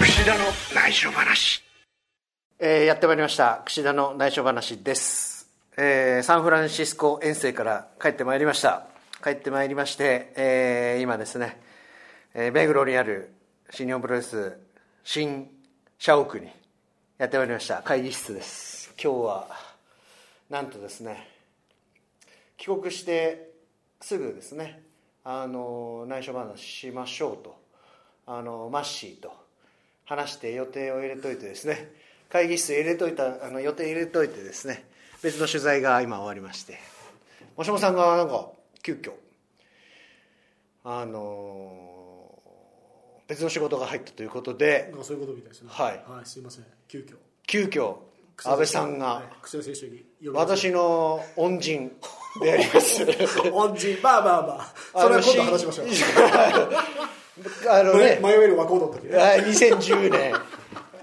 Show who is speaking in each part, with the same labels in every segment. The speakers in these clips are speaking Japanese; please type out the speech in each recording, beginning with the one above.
Speaker 1: 串田の内緒話
Speaker 2: えーやってまいりました櫛田の内緒話です、えーサンフランシスコ遠征から帰ってまいりました帰ってまいりまして、えー今ですね、えー、目黒にある新日本プロレス新社屋にやってまいりました会議室です今日はなんとですね帰国してすぐですねあの内緒話しましょうとあのマッシーと話して予定を入れといてですね会議室入れといたあの予定入れといてですね別の取材が今終わりましてもしもさんがなんか急遽あの別の仕事が入ったということで
Speaker 3: なんかそういうことみたいですね。
Speaker 2: はい
Speaker 3: はい、すいません。急遽。
Speaker 2: 急遽安倍さんが
Speaker 3: はい。串田選手に呼ばれて。
Speaker 2: 私の恩人であります
Speaker 3: 恩人、まあまあまあ。それは今度話しましょう。
Speaker 2: あのね
Speaker 3: 迷迷える若人の時ね。
Speaker 2: はい2010年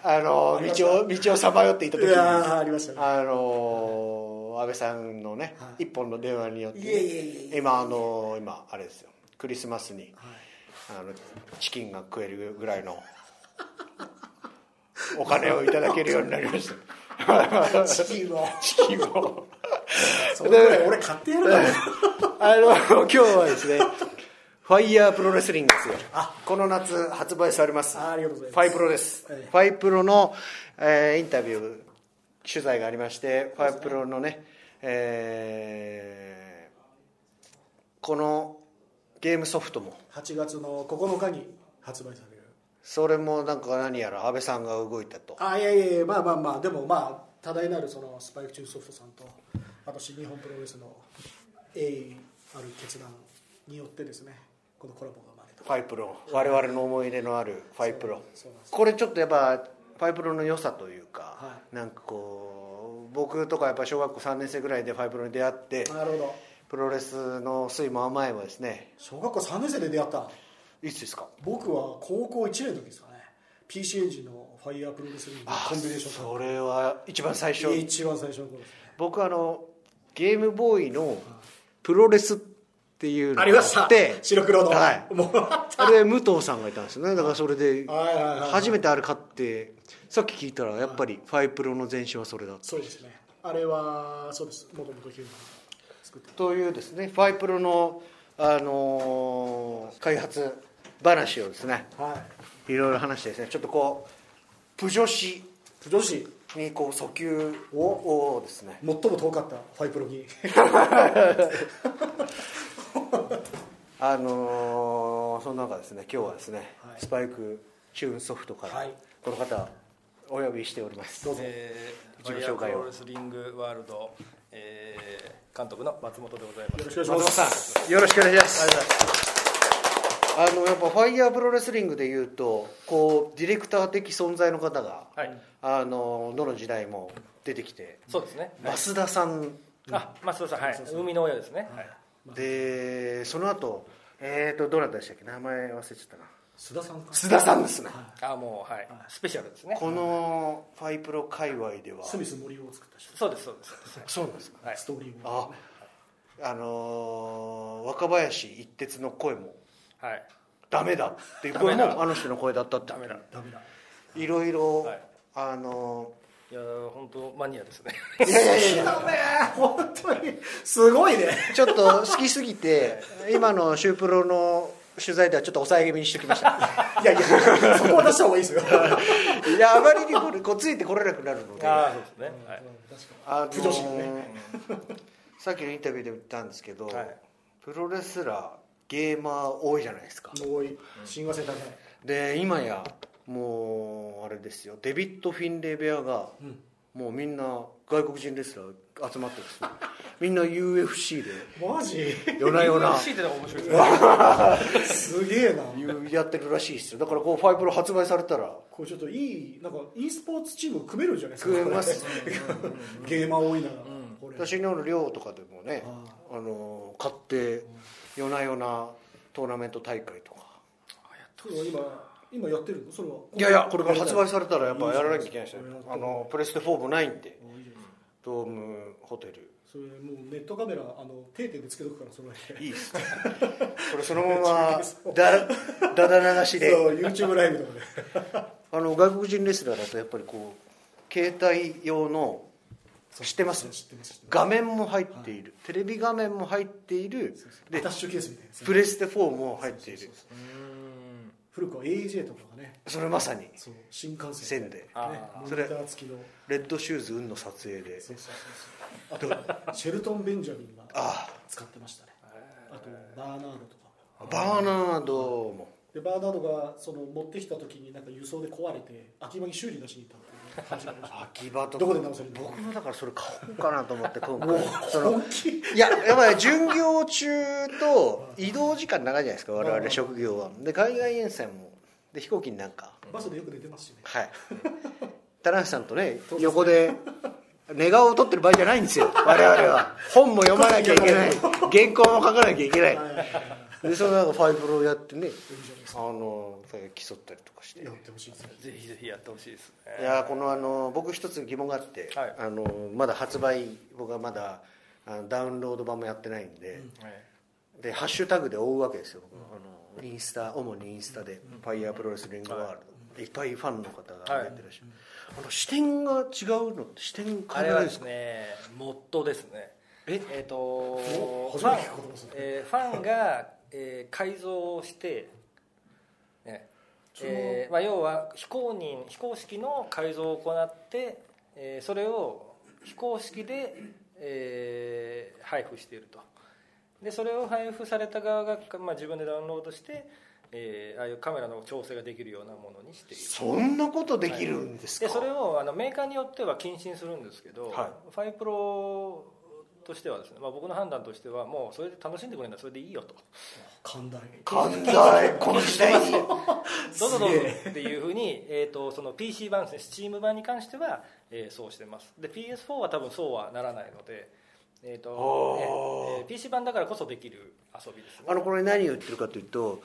Speaker 2: あの道を道をさまよっていた
Speaker 3: い
Speaker 2: 時に
Speaker 3: やー、ありましたね。
Speaker 2: あのー安倍さんのね、
Speaker 3: はい
Speaker 2: 一本の電話によって
Speaker 3: いえいえいえいえ
Speaker 2: 今あのー今あれですよクリスマスに
Speaker 3: はい
Speaker 2: あのチキンが食えるぐらいのお金をいただけるようになりました
Speaker 3: チキンは。
Speaker 2: チキンを
Speaker 3: それぐらい俺買ってやるから。
Speaker 2: あの今日はですねファイヤープロレスリングですよこの夏発売されます
Speaker 3: あありがとうございます
Speaker 2: ファイプロです、
Speaker 3: はい
Speaker 2: ファイプロの、えーインタビュー取材がありましてファイプロのね、えーこのゲームソフトも
Speaker 3: 8月の9日に発売される。
Speaker 2: それもなんか何やら安倍さんが動いたと
Speaker 3: あ、いやいやいや、まあまあまあ、でもまあ、多大なるそのスパイク中ソフトさんと、あと新日本プロレスの栄意ある決断によってですね、このコラボが生まれた。
Speaker 2: ファイプロ我々の思い入れのあるファイプロ
Speaker 3: そうなんです
Speaker 2: これちょっとやっぱファイプロの良さというか、
Speaker 3: は
Speaker 2: なんかこう僕とかやっぱ小学校3年生ぐらいでファイプロに出会って
Speaker 3: なるほど。
Speaker 2: プロレスの酸いも甘いもですね
Speaker 3: 小学校3年生で出会った。
Speaker 2: いつですか
Speaker 3: 僕は高校1年の時ですかね PC エンジンのファイヤープロレスリングのコンビネーション
Speaker 2: それは一番最初
Speaker 3: 一番最初の頃ですね
Speaker 2: 僕あのゲームボーイのプロレスっていうのがって
Speaker 3: 白黒の
Speaker 2: はい
Speaker 3: もうあった
Speaker 2: あれ武藤さんがいたんですよねだからそれで
Speaker 3: はいはいはいはい
Speaker 2: 初めてあれ買ってさっき聞いたらやっぱりファイプロの前身はそれだった
Speaker 3: そうですねあれはそうですもともとヒューマンが作って
Speaker 2: というですねファイプロの、あのー開発話をですね
Speaker 3: はい
Speaker 2: ろいろ話してですねちょっとこうプジョシ
Speaker 3: い女子
Speaker 2: にこう訴求をですね
Speaker 3: 最も遠かったファイプロに
Speaker 2: あのーその中ですね今日はですね、
Speaker 3: はい
Speaker 2: スパイクチューンソフトから、
Speaker 3: はい
Speaker 2: この方お呼びしております
Speaker 3: どうぞ
Speaker 4: えー、
Speaker 2: 自
Speaker 4: フ
Speaker 2: 己
Speaker 4: ァイヤ
Speaker 2: 紹
Speaker 4: ープ
Speaker 2: 介を
Speaker 4: ロレスリングワールド、えー、監督の松本でございま
Speaker 3: よ
Speaker 4: す。
Speaker 3: ろしくお願い
Speaker 2: 松
Speaker 3: し
Speaker 2: 本
Speaker 3: ます
Speaker 2: さんよろしくお願いしますあのやっぱファイヤープロレスリングでいうとこうディレクター的存在の方が、
Speaker 4: はい
Speaker 2: あのどの時代も出てきて
Speaker 4: そうですね。
Speaker 2: 増田さん
Speaker 4: あ、松本さん、はい、海の親ですね。はい。
Speaker 2: でその後えーとどなたでしたっけ名前忘れちゃったな
Speaker 3: 須田さんか
Speaker 2: 須田さんですね
Speaker 4: あ、もう、はい、スペシャルですね。
Speaker 2: このファイプロ界隈では
Speaker 3: スミス森を作った人
Speaker 4: そうです、そうです、そうです。
Speaker 2: そうなんですか
Speaker 4: はい
Speaker 3: ストーリーも
Speaker 2: ああのー若林一徹の声も
Speaker 4: はい。
Speaker 2: ダメだっていう声
Speaker 4: ダメだ
Speaker 2: もあの人の声だったって
Speaker 4: ダメだ。
Speaker 3: ダメだ
Speaker 2: いろいろ、
Speaker 4: はい
Speaker 2: あの
Speaker 4: いやー、本当マニアですね。
Speaker 2: ーいやいやいやいや
Speaker 3: ダメ本当にすごいね
Speaker 2: ちょっと好きすぎ て今のシュープロの取材ではちょっと抑え気味にしておきました
Speaker 3: いやいやそこは出した方がい いですよ
Speaker 2: いやあまりにもこうついてこれなくなるので
Speaker 4: あー、そうですね。はい。
Speaker 2: あのー
Speaker 3: 不女子のね
Speaker 2: さっきのインタビューでも言ったんですけど、
Speaker 4: はい
Speaker 2: プロレスラーゲーマー多いじゃないですか
Speaker 3: もういい親和性高い
Speaker 2: で今やもうあれですよデビッド・フィンレイ部屋が、もうみんな外国人レスラー集まってるんですよみんな UFC で
Speaker 3: マジ
Speaker 2: 夜な夜な
Speaker 4: シートの方が面白いですね。
Speaker 3: すげえな
Speaker 2: やってるらしいですよだからこうファイブロ発売されたら
Speaker 3: これちょっといいなんか e スポーツチーム組めるんじゃないですか
Speaker 2: 組めます
Speaker 3: これ ゲーマー多いなら、これ
Speaker 2: 私の寮とかでもね
Speaker 3: あ
Speaker 2: あの買って夜な夜なトーナメント大会とか
Speaker 3: それは今今やってるのそれはい
Speaker 2: やいやこれから発売されたらやっぱやらなきゃいけないですよ
Speaker 3: いいですね
Speaker 2: あのプレステ4もないんで
Speaker 3: あいいじゃない
Speaker 2: ドームホテル
Speaker 3: それもうネットカメラあの定点でつけとくからその辺
Speaker 2: いいっ すね これそのままだだだ流しで
Speaker 3: そう YouTube ライブとかで
Speaker 2: あの外国人レスラーだとやっぱりこう携帯用の知ってます
Speaker 3: 知ってます知ってます
Speaker 2: 画面も入っている、テレビ画面も入っている
Speaker 3: ア
Speaker 2: で
Speaker 3: タッシュケースみたいなやつ
Speaker 2: プレステ4も入ってい
Speaker 3: そう
Speaker 2: る
Speaker 3: そうそう古くは AJ とかがね
Speaker 2: それまさに
Speaker 3: そう新幹
Speaker 2: 線
Speaker 3: 線
Speaker 2: で
Speaker 4: あ
Speaker 3: ね
Speaker 4: ー
Speaker 3: モニ
Speaker 2: そ
Speaker 3: タ
Speaker 2: れ
Speaker 3: ー付きの
Speaker 2: レッドシューズ運の撮影で
Speaker 3: そうそうそうそうあとシェルトン・ベンジャミンが
Speaker 2: あ
Speaker 3: 使ってましたねあとバーナードとか
Speaker 2: あバーナードも
Speaker 3: でバーナードがその持ってきた時になんか輸送で壊れて秋葉に修理出しに行ったっていう話がありました
Speaker 2: 秋葉 とか
Speaker 3: どこで直せるの
Speaker 2: 僕もだからそれ買おうかなと思って今回その
Speaker 3: 本気
Speaker 2: いややっぱり巡業中と移動時間長いじゃないですか我々職業はで海外遠征もで飛行機になんか
Speaker 3: バスでよく出てますしね
Speaker 2: はい田中さんとね横で寝顔を撮ってる場合じゃないんですよ我々は本も読まなきゃいけない原稿も書かなきゃいけ ないでそのなんかファイブロをやってねあの競ったりとかして
Speaker 3: やってほしいですね
Speaker 4: ぜひぜひやってほしいです
Speaker 2: い
Speaker 4: ね
Speaker 2: やーこのあの僕一つ疑問があって、
Speaker 4: はい
Speaker 2: あのまだ発売僕はまだあのダウンロード版もやってないんで、
Speaker 4: はい
Speaker 2: でハッシュタグで追うわけですよ、僕あのインスタ主にインスタで「ファイヤープロレスリングワールド」いっぱいファンの方が出てらっしゃる、あの視点が違うのって視点変
Speaker 4: あ
Speaker 2: え
Speaker 4: れ
Speaker 2: ら
Speaker 4: は
Speaker 2: れるん
Speaker 4: で
Speaker 2: です
Speaker 4: す
Speaker 2: か
Speaker 4: ねモットーですね
Speaker 2: え
Speaker 4: えっ、と
Speaker 3: お
Speaker 4: ファン
Speaker 3: 初めて聞くことですね
Speaker 4: えーファンが、えー改造をして、ねえーまあ、要は非公認非公式の改造を行って、えーそれを非公式で、えー配布しているとでそれを配布された側が、まあ、自分でダウンロードして、えーああいうカメラの調整ができるようなものにしている
Speaker 2: そんなことできるんですか、
Speaker 4: でそれをあのメーカーによっては禁止にするんですけど、
Speaker 2: は
Speaker 4: ファイプロとしてはですね、まあ、僕の判断としてはもうそれで楽しんでくれるんだそれでいいよと
Speaker 3: 寛大
Speaker 2: 寛大この時代に
Speaker 4: どうぞどうぞっていうふうに、 えー、とその PC 版ですね Steam 版に関しては、えーそうしてますで PS4 は多分そうはならないので、えーとえーえー PC 版だからこそできる遊びですね
Speaker 2: あのこれ何を言ってるかというと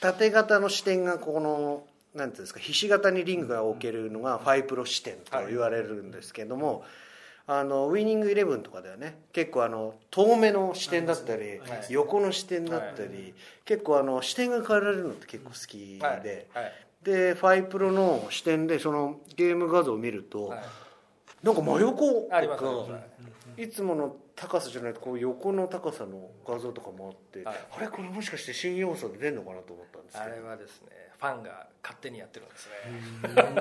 Speaker 2: 縦型の視点がこのなんていうんですかひし形にリングが置けるのがファイプロ視点と言われるんですけども、あのウイニングイレブンとかではね結構あの遠目の視点だったり、
Speaker 4: はい
Speaker 2: 横の視点だったり、結構あの視点が変えられるのって結構好きで、
Speaker 4: はいはい
Speaker 2: でファイプロの視点でそのゲーム画像を見ると、
Speaker 4: はい
Speaker 2: なんか真横とか
Speaker 4: ありますありますはい
Speaker 2: いつもの高さじゃないとこう横の高さの画像とかもあって、
Speaker 4: はい
Speaker 2: あれこれもしかして新要素で出るのかなと思ったんです
Speaker 4: あ
Speaker 2: け
Speaker 4: れはですねファンが勝手にやってるんですね、
Speaker 2: ど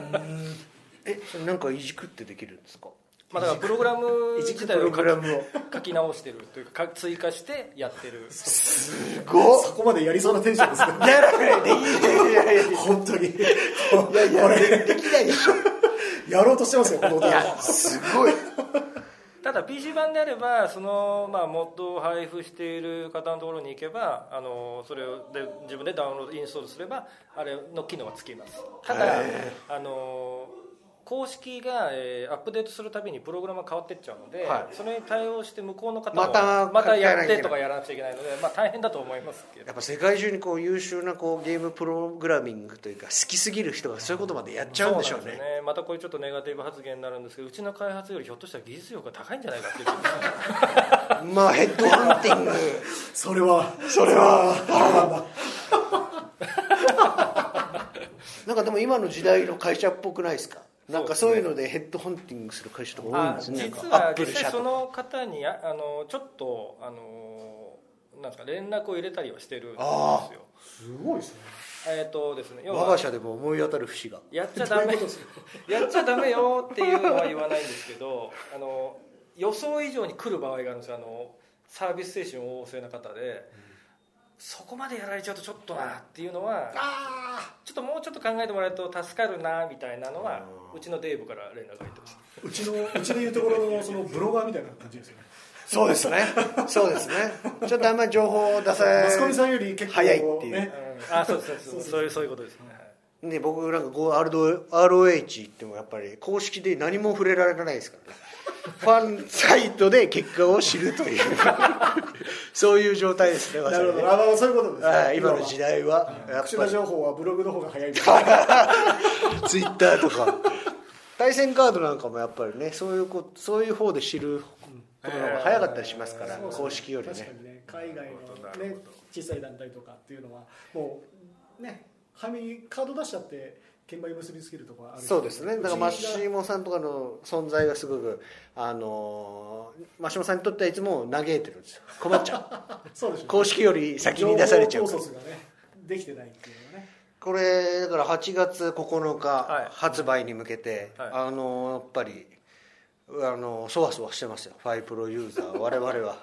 Speaker 2: えそれなんかいじくってできるんですか
Speaker 4: まあ、だからプログラム
Speaker 2: いじ
Speaker 4: 自
Speaker 2: く
Speaker 4: 体
Speaker 2: プログ
Speaker 4: を書
Speaker 2: ラ
Speaker 4: き
Speaker 2: ムを
Speaker 4: 書き直してるというかか追加してやっ てる
Speaker 2: すごっ
Speaker 3: そこまでやりそうなテンションですけど
Speaker 2: やらないでいいいやいやい
Speaker 3: 本当に
Speaker 2: やいやできないでしょ
Speaker 3: やろうとしてますよこの男
Speaker 2: すごい
Speaker 4: ただ PC 版であればその、まあ、モッドを配布している方のところに行けばあのそれをで自分でダウンロードインストールすればあれの機能はつきますただあの公式が、えーアップデートするたびにプログラムが変わっていっちゃうので、
Speaker 2: はい
Speaker 4: それに対応して向こうの方も
Speaker 2: また
Speaker 4: また
Speaker 2: 書き換えなきゃ
Speaker 4: や
Speaker 2: い
Speaker 4: っ
Speaker 2: けな
Speaker 4: て
Speaker 2: い
Speaker 4: とかやらなくちゃいけないので、まあ、大変だと思いますけど
Speaker 2: やっぱ世界中にこう優秀なこうゲームプログラミングというか好きすぎる人がそういうことまでやっちゃうんでしょう
Speaker 4: そな
Speaker 2: ね
Speaker 4: んですよまたこれちょっとネガティブ発言になるんですけどうちの開発よりひょっとしたら技術力が高いんじゃないかっていう
Speaker 2: まあヘッドハンティング
Speaker 3: それはそれは
Speaker 2: なんかでも今の時代の会社っぽくないですかなんかそういうのでヘッドハンティングする会社とか多いん
Speaker 4: あ
Speaker 2: ですねなんか
Speaker 4: 実
Speaker 2: ア
Speaker 4: は
Speaker 2: ップ
Speaker 4: 実
Speaker 2: ル
Speaker 4: 際
Speaker 2: 社
Speaker 4: そ
Speaker 2: とか
Speaker 4: の方にああのちょっとあのなんですか連絡を入れたりはしてるんです
Speaker 2: あ
Speaker 4: よ
Speaker 3: すごいですね
Speaker 4: えっ、とですね要
Speaker 2: 我が
Speaker 4: は
Speaker 2: 社でも思い当たる節が
Speaker 4: やっちゃダメやっちゃダメよっていうのは言わないんですけどあの予想以上に来る場合があるんですよあのサービス精神旺盛な方で、そこまでやられちゃうとちょっとなっていうのはちょっともうちょっと考えてもらうと助かるなみたいなのはうちのデーブから連絡が入ってます
Speaker 3: うちのうちでいうところのそのブロガーみたいな感じですよね
Speaker 2: そうですねそうですねちょっとあんまり情報を出さ
Speaker 3: マスコミさんより結構
Speaker 2: 早いっていう
Speaker 3: ね
Speaker 4: あそうですそうですそういうそういうことですね
Speaker 2: ね僕なんかこう RO ROH 行ってもやっぱり公式で何も触れられないですからねファンサイトで結果を知るという そういう状態ですねま
Speaker 3: な
Speaker 2: さに
Speaker 3: る
Speaker 2: ね
Speaker 3: ほどあのそういうことですね
Speaker 2: はい今の時代はやっ
Speaker 3: 串
Speaker 2: ぱ
Speaker 3: 田
Speaker 2: り
Speaker 3: 情報はブログの方が 早いみたいな
Speaker 2: ツイッターとか対戦カードなんかもやっぱりねそういうこそういう方で知ることの方が早かったりしますから、公式より
Speaker 3: 確か
Speaker 2: ね
Speaker 3: にね海外のね小さい団体とかっていうのはもうね早めにカード出しちゃって鍵盤に結びつけるところはある
Speaker 2: そうですねだからマ
Speaker 3: うちが
Speaker 2: シモさんとかの存在がすごくあのマシモさんにとってはいつも嘆いてるんですよ困っちゃう
Speaker 3: そ うですよね
Speaker 2: 公式より先に出されちゃうか
Speaker 3: 情
Speaker 2: ら
Speaker 3: 報統率がねできてないっていうの はね
Speaker 2: これだから8月9
Speaker 4: は
Speaker 2: 日
Speaker 4: い
Speaker 2: 発売に向けて、
Speaker 4: はい
Speaker 2: あのやっぱりあのそわそわしてますよファイプロユーザー我々 は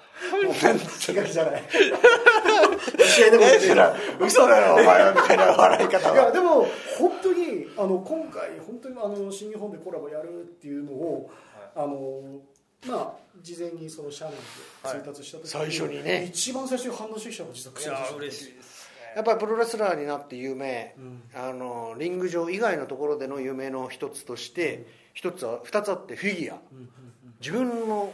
Speaker 3: 気が気じゃない
Speaker 2: 嘘だよお前はみたいな笑い方
Speaker 3: いやでも本当にあの今回本当にあの新日本でコラボやるっていうのを、あのまあ事前にその社内で通達した時
Speaker 2: はい最初にね
Speaker 3: 一番最初に反応してきたのが実は
Speaker 4: い
Speaker 3: 草
Speaker 4: や
Speaker 3: 津
Speaker 4: 嬉しいです
Speaker 2: やっぱりプロレスラーになって有名、
Speaker 3: うん
Speaker 2: あのリング上以外のところでの有名の一つとして一、つは二つあってフィギュア、自分の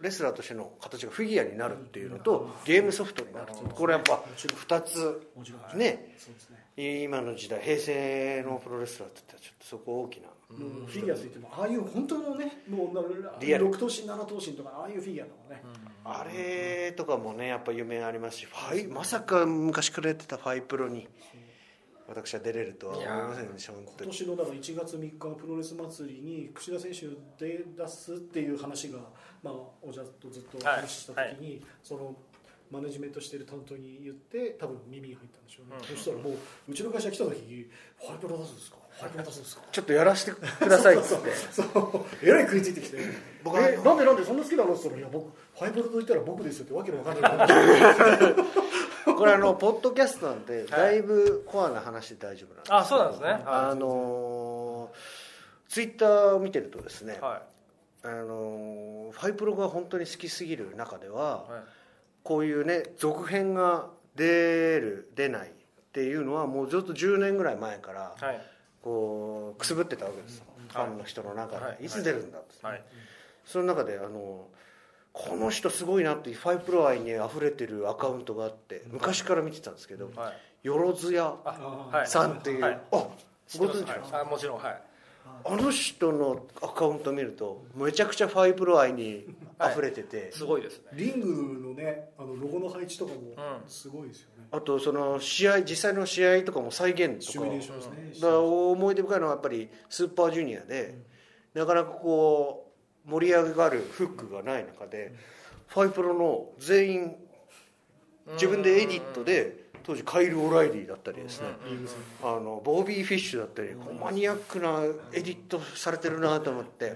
Speaker 2: レスラーとしての形がフィギュアになるっていうのと、ゲームソフトになるっていうこれやっぱ二つ
Speaker 3: もちろんはい
Speaker 2: ね
Speaker 3: そうですね
Speaker 2: 今の時代平成のプロレスラーって言ったらちょっとそこ大きな
Speaker 3: もうフィギュアといってもああいう本当のねもうな
Speaker 2: リアル
Speaker 3: 6頭身7頭身とかああいうフィギュアだもんね、
Speaker 2: あれとかもねやっぱ夢ありますしファイまさか昔からやってたファイプロに私は出れるとは思いませんでした本当
Speaker 3: 今
Speaker 2: に
Speaker 3: 年のだから1月3日のプロレス祭りに櫛田選手で出すっていう話が、まあ、おじゃとずっと話した時に、そのマネジメントしてる担当に言って多分耳に入ったんでしょうね、そしたらもううちの会社来た時「ハイプロ出すんですかハイプロ出すんですか?」
Speaker 2: ちょっとやらせてくださいっつ
Speaker 3: そ
Speaker 2: っ
Speaker 3: う
Speaker 2: て
Speaker 3: そうえらい食いついてきて「
Speaker 2: 僕
Speaker 3: えなんでなんでそんな好きなの?」って言ったら「いや僕ハイプロと言ったら僕ですよ」ってわけのわかんない
Speaker 2: これあのポッドキャストなんでだいぶコアな話で大丈夫なんですけど
Speaker 4: あそうなんですねはい
Speaker 2: あのツイッターを見てるとですね、
Speaker 4: は
Speaker 2: あのファイプロが本当に好きすぎる中では、
Speaker 4: い、はい
Speaker 2: こういうね続編が出る出ないっていうのはもうずっと10年ぐらい前から
Speaker 4: はい
Speaker 2: こうくすぶってたわけですよ、ファンの人の中で、、
Speaker 4: はいい
Speaker 2: つ出るんだって、
Speaker 4: はい、
Speaker 2: その中であのこの人すごいなってファイプロ愛に溢れてるアカウントがあって昔から見てたんですけど、
Speaker 4: はい
Speaker 2: よろずや
Speaker 4: あ
Speaker 3: はい
Speaker 2: さんっていう、
Speaker 4: はい
Speaker 2: あご存知
Speaker 4: はい
Speaker 2: ですか
Speaker 4: あもちろんはい
Speaker 2: あの人のアカウント見るとめちゃくちゃファイプロ愛に溢れてて、
Speaker 4: すごいですね
Speaker 3: リングのねあのロゴの配置とかも
Speaker 4: うん
Speaker 3: すごいですよね、
Speaker 2: あとその試合実際の試合とかも再現
Speaker 3: シ
Speaker 2: と
Speaker 3: ミ
Speaker 2: か
Speaker 3: ュレーションですね、
Speaker 2: だから思い出深いのはやっぱりスーパージュニアで、なかなかこう盛り上がるフックがない中で、ファイプロの全員自分でエディットで当時カイル・オライリーだったりですね、あのボビー・フィッシュだったり、こうマニアックなエディットされてるなと思って、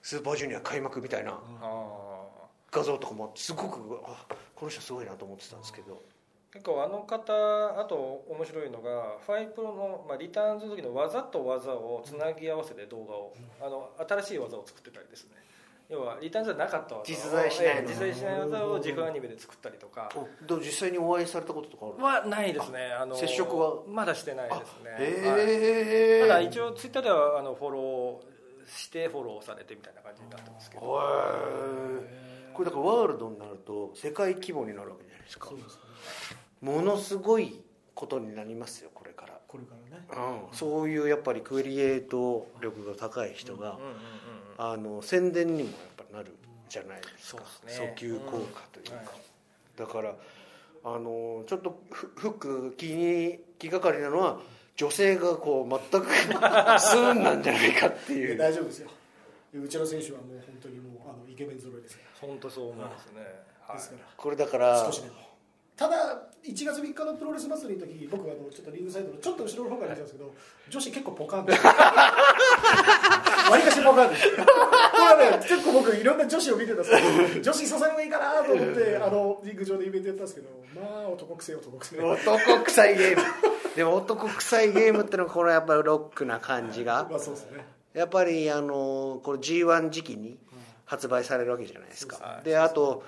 Speaker 2: スーパージュニア開幕みたいな
Speaker 4: ああ
Speaker 2: 画像とかもあってすごくあこの人すごいなと思ってたんですけど、
Speaker 4: 結構あの方あと面白いのがファイプロの、まあ、リターンズの時の技と技をつなぎ合わせて動画をあの新しい技を作ってたりですね要はリターンズじゃなかった技を
Speaker 2: 実在しない
Speaker 4: ええ実在しない技を自負アニメで作ったりとか
Speaker 2: おでも実際にお会いされたこととかある
Speaker 4: はないですねあの
Speaker 2: 接触は
Speaker 4: まだしてないですね、はい
Speaker 2: え
Speaker 4: ただ一応ツイッターではあのフォローしてフォローされてみたいな感じになってますけど
Speaker 2: これだからワールドになると世界規模になるわけじゃないですかものすごいことになりますよこれから、
Speaker 3: これからね
Speaker 2: うん、そういうやっぱりクリエイト力が高い人が、
Speaker 4: うんうんうん
Speaker 2: あの宣伝にもやっぱなるじゃないですか、
Speaker 4: そうですね
Speaker 2: 訴求効果というか、
Speaker 4: うんはい
Speaker 2: だからあのちょっとフフック気に気がかりなのは女性がこう全くスーンなんじゃないかってい
Speaker 3: いうや 大丈夫ですようちの選手はもう本当にもうあのイケメン揃いですか
Speaker 4: 本当そう思いますね、
Speaker 3: ら、
Speaker 4: はい
Speaker 3: ですから
Speaker 2: これだから
Speaker 3: 少しでもただ1月3日のプロレス祭りの時僕はあのちょっとリングサイドのちょっと後ろの方から見てたんですけど、女子結構ポカンでわりかしポカンですこれはね結構僕いろんな女子を見てたんですけど女子刺さればいいかなと思ってあのリング上でイベントやったんですけどまあ男癖男癖
Speaker 2: 男臭いゲームでも男臭いゲームってのはこのやっぱりロックな感じが
Speaker 3: まあそうですね
Speaker 2: やっぱりあのこれ g 1時期に発売されるわけじゃないですかであと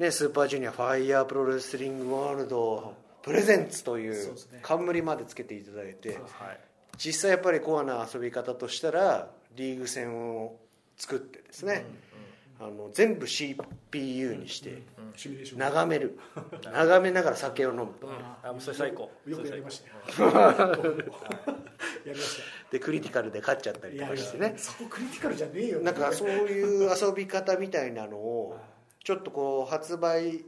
Speaker 2: ねスーパージュニアファイヤープロレスリングワールドプレゼンツとい
Speaker 3: そう
Speaker 2: う
Speaker 3: ですね
Speaker 2: 冠までつけていただいて
Speaker 4: はい
Speaker 2: 実際やっぱりコアな遊び方としたらリーグ戦を作ってですねあの全部 CPU にして
Speaker 3: シミュレーション
Speaker 2: 眺める眺めながら酒を飲むと
Speaker 4: あもうそれ最高
Speaker 3: よくやりま
Speaker 4: し
Speaker 3: したよ やりました
Speaker 2: でクリティカルで勝っちゃったりとかしてね
Speaker 3: そこクリティカルじゃねえよ
Speaker 2: なんかそういう遊び方みたいなのをちょっとこう発売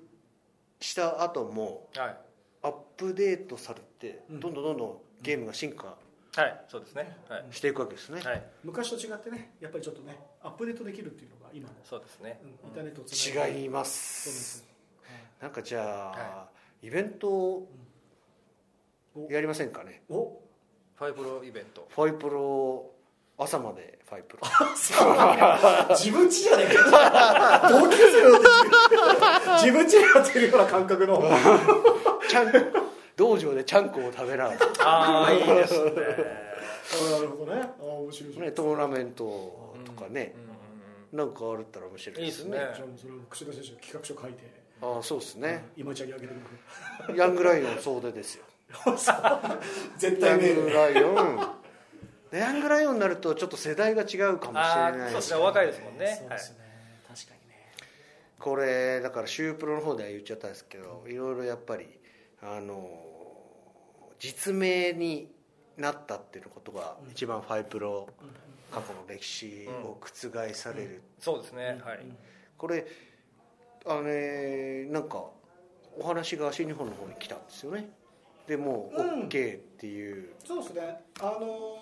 Speaker 2: した後も
Speaker 4: たはい
Speaker 2: アップデートされてどんどんどんどんゲームが進化
Speaker 4: はいそうですねはい、
Speaker 2: していくわけですね、
Speaker 4: はい、
Speaker 3: 昔と違ってねやっぱりちょっとねアップデートできるっていうのが今の、
Speaker 4: そうですね
Speaker 3: うん、インターネットをつな
Speaker 2: 違いま
Speaker 3: そうですす
Speaker 2: なんかじゃあ、
Speaker 4: は
Speaker 2: イベントを
Speaker 3: うんお
Speaker 2: やりませんかね
Speaker 3: お
Speaker 4: ファイブロイベント
Speaker 2: ファイプロ朝までファイプロ
Speaker 3: 自分ちじゃねえか同級生の自分自分ちでやってるような感 覚の
Speaker 2: ちゃんこ道場でちゃんこを食べらう、ね、
Speaker 4: ああいいですね
Speaker 3: あなるほどねあ面白いじゃん
Speaker 2: トーナメントとかね
Speaker 4: う、んうん
Speaker 2: なんかあるったら面白い
Speaker 4: うんいいですね
Speaker 3: じゃあもうそれを櫛田選手が企画書書いて
Speaker 2: ああそうですね、
Speaker 3: 今ちゃんにあげてく
Speaker 2: ヤングライオン総出ですよ
Speaker 3: れ 絶
Speaker 2: ヤ
Speaker 3: 対
Speaker 2: ン
Speaker 3: ねえ
Speaker 2: グ
Speaker 3: よ
Speaker 2: ライオンでヤングライオンになるとちょっと世代が違うかもし
Speaker 4: あ
Speaker 2: れ
Speaker 4: あ
Speaker 2: ない
Speaker 4: そうですねお若いですもんね
Speaker 3: そうですね確かにね
Speaker 2: これだからシュープロの方では言っちゃったんですけどいろいろやっぱりあの実名になったっていうことが一番ファイプロ過去の歴史を覆される
Speaker 4: そうですねはい
Speaker 2: これあのねなんかお話が新日本の方に来たんですよねでもう
Speaker 3: うん
Speaker 2: OK っていう、
Speaker 3: そうですねあの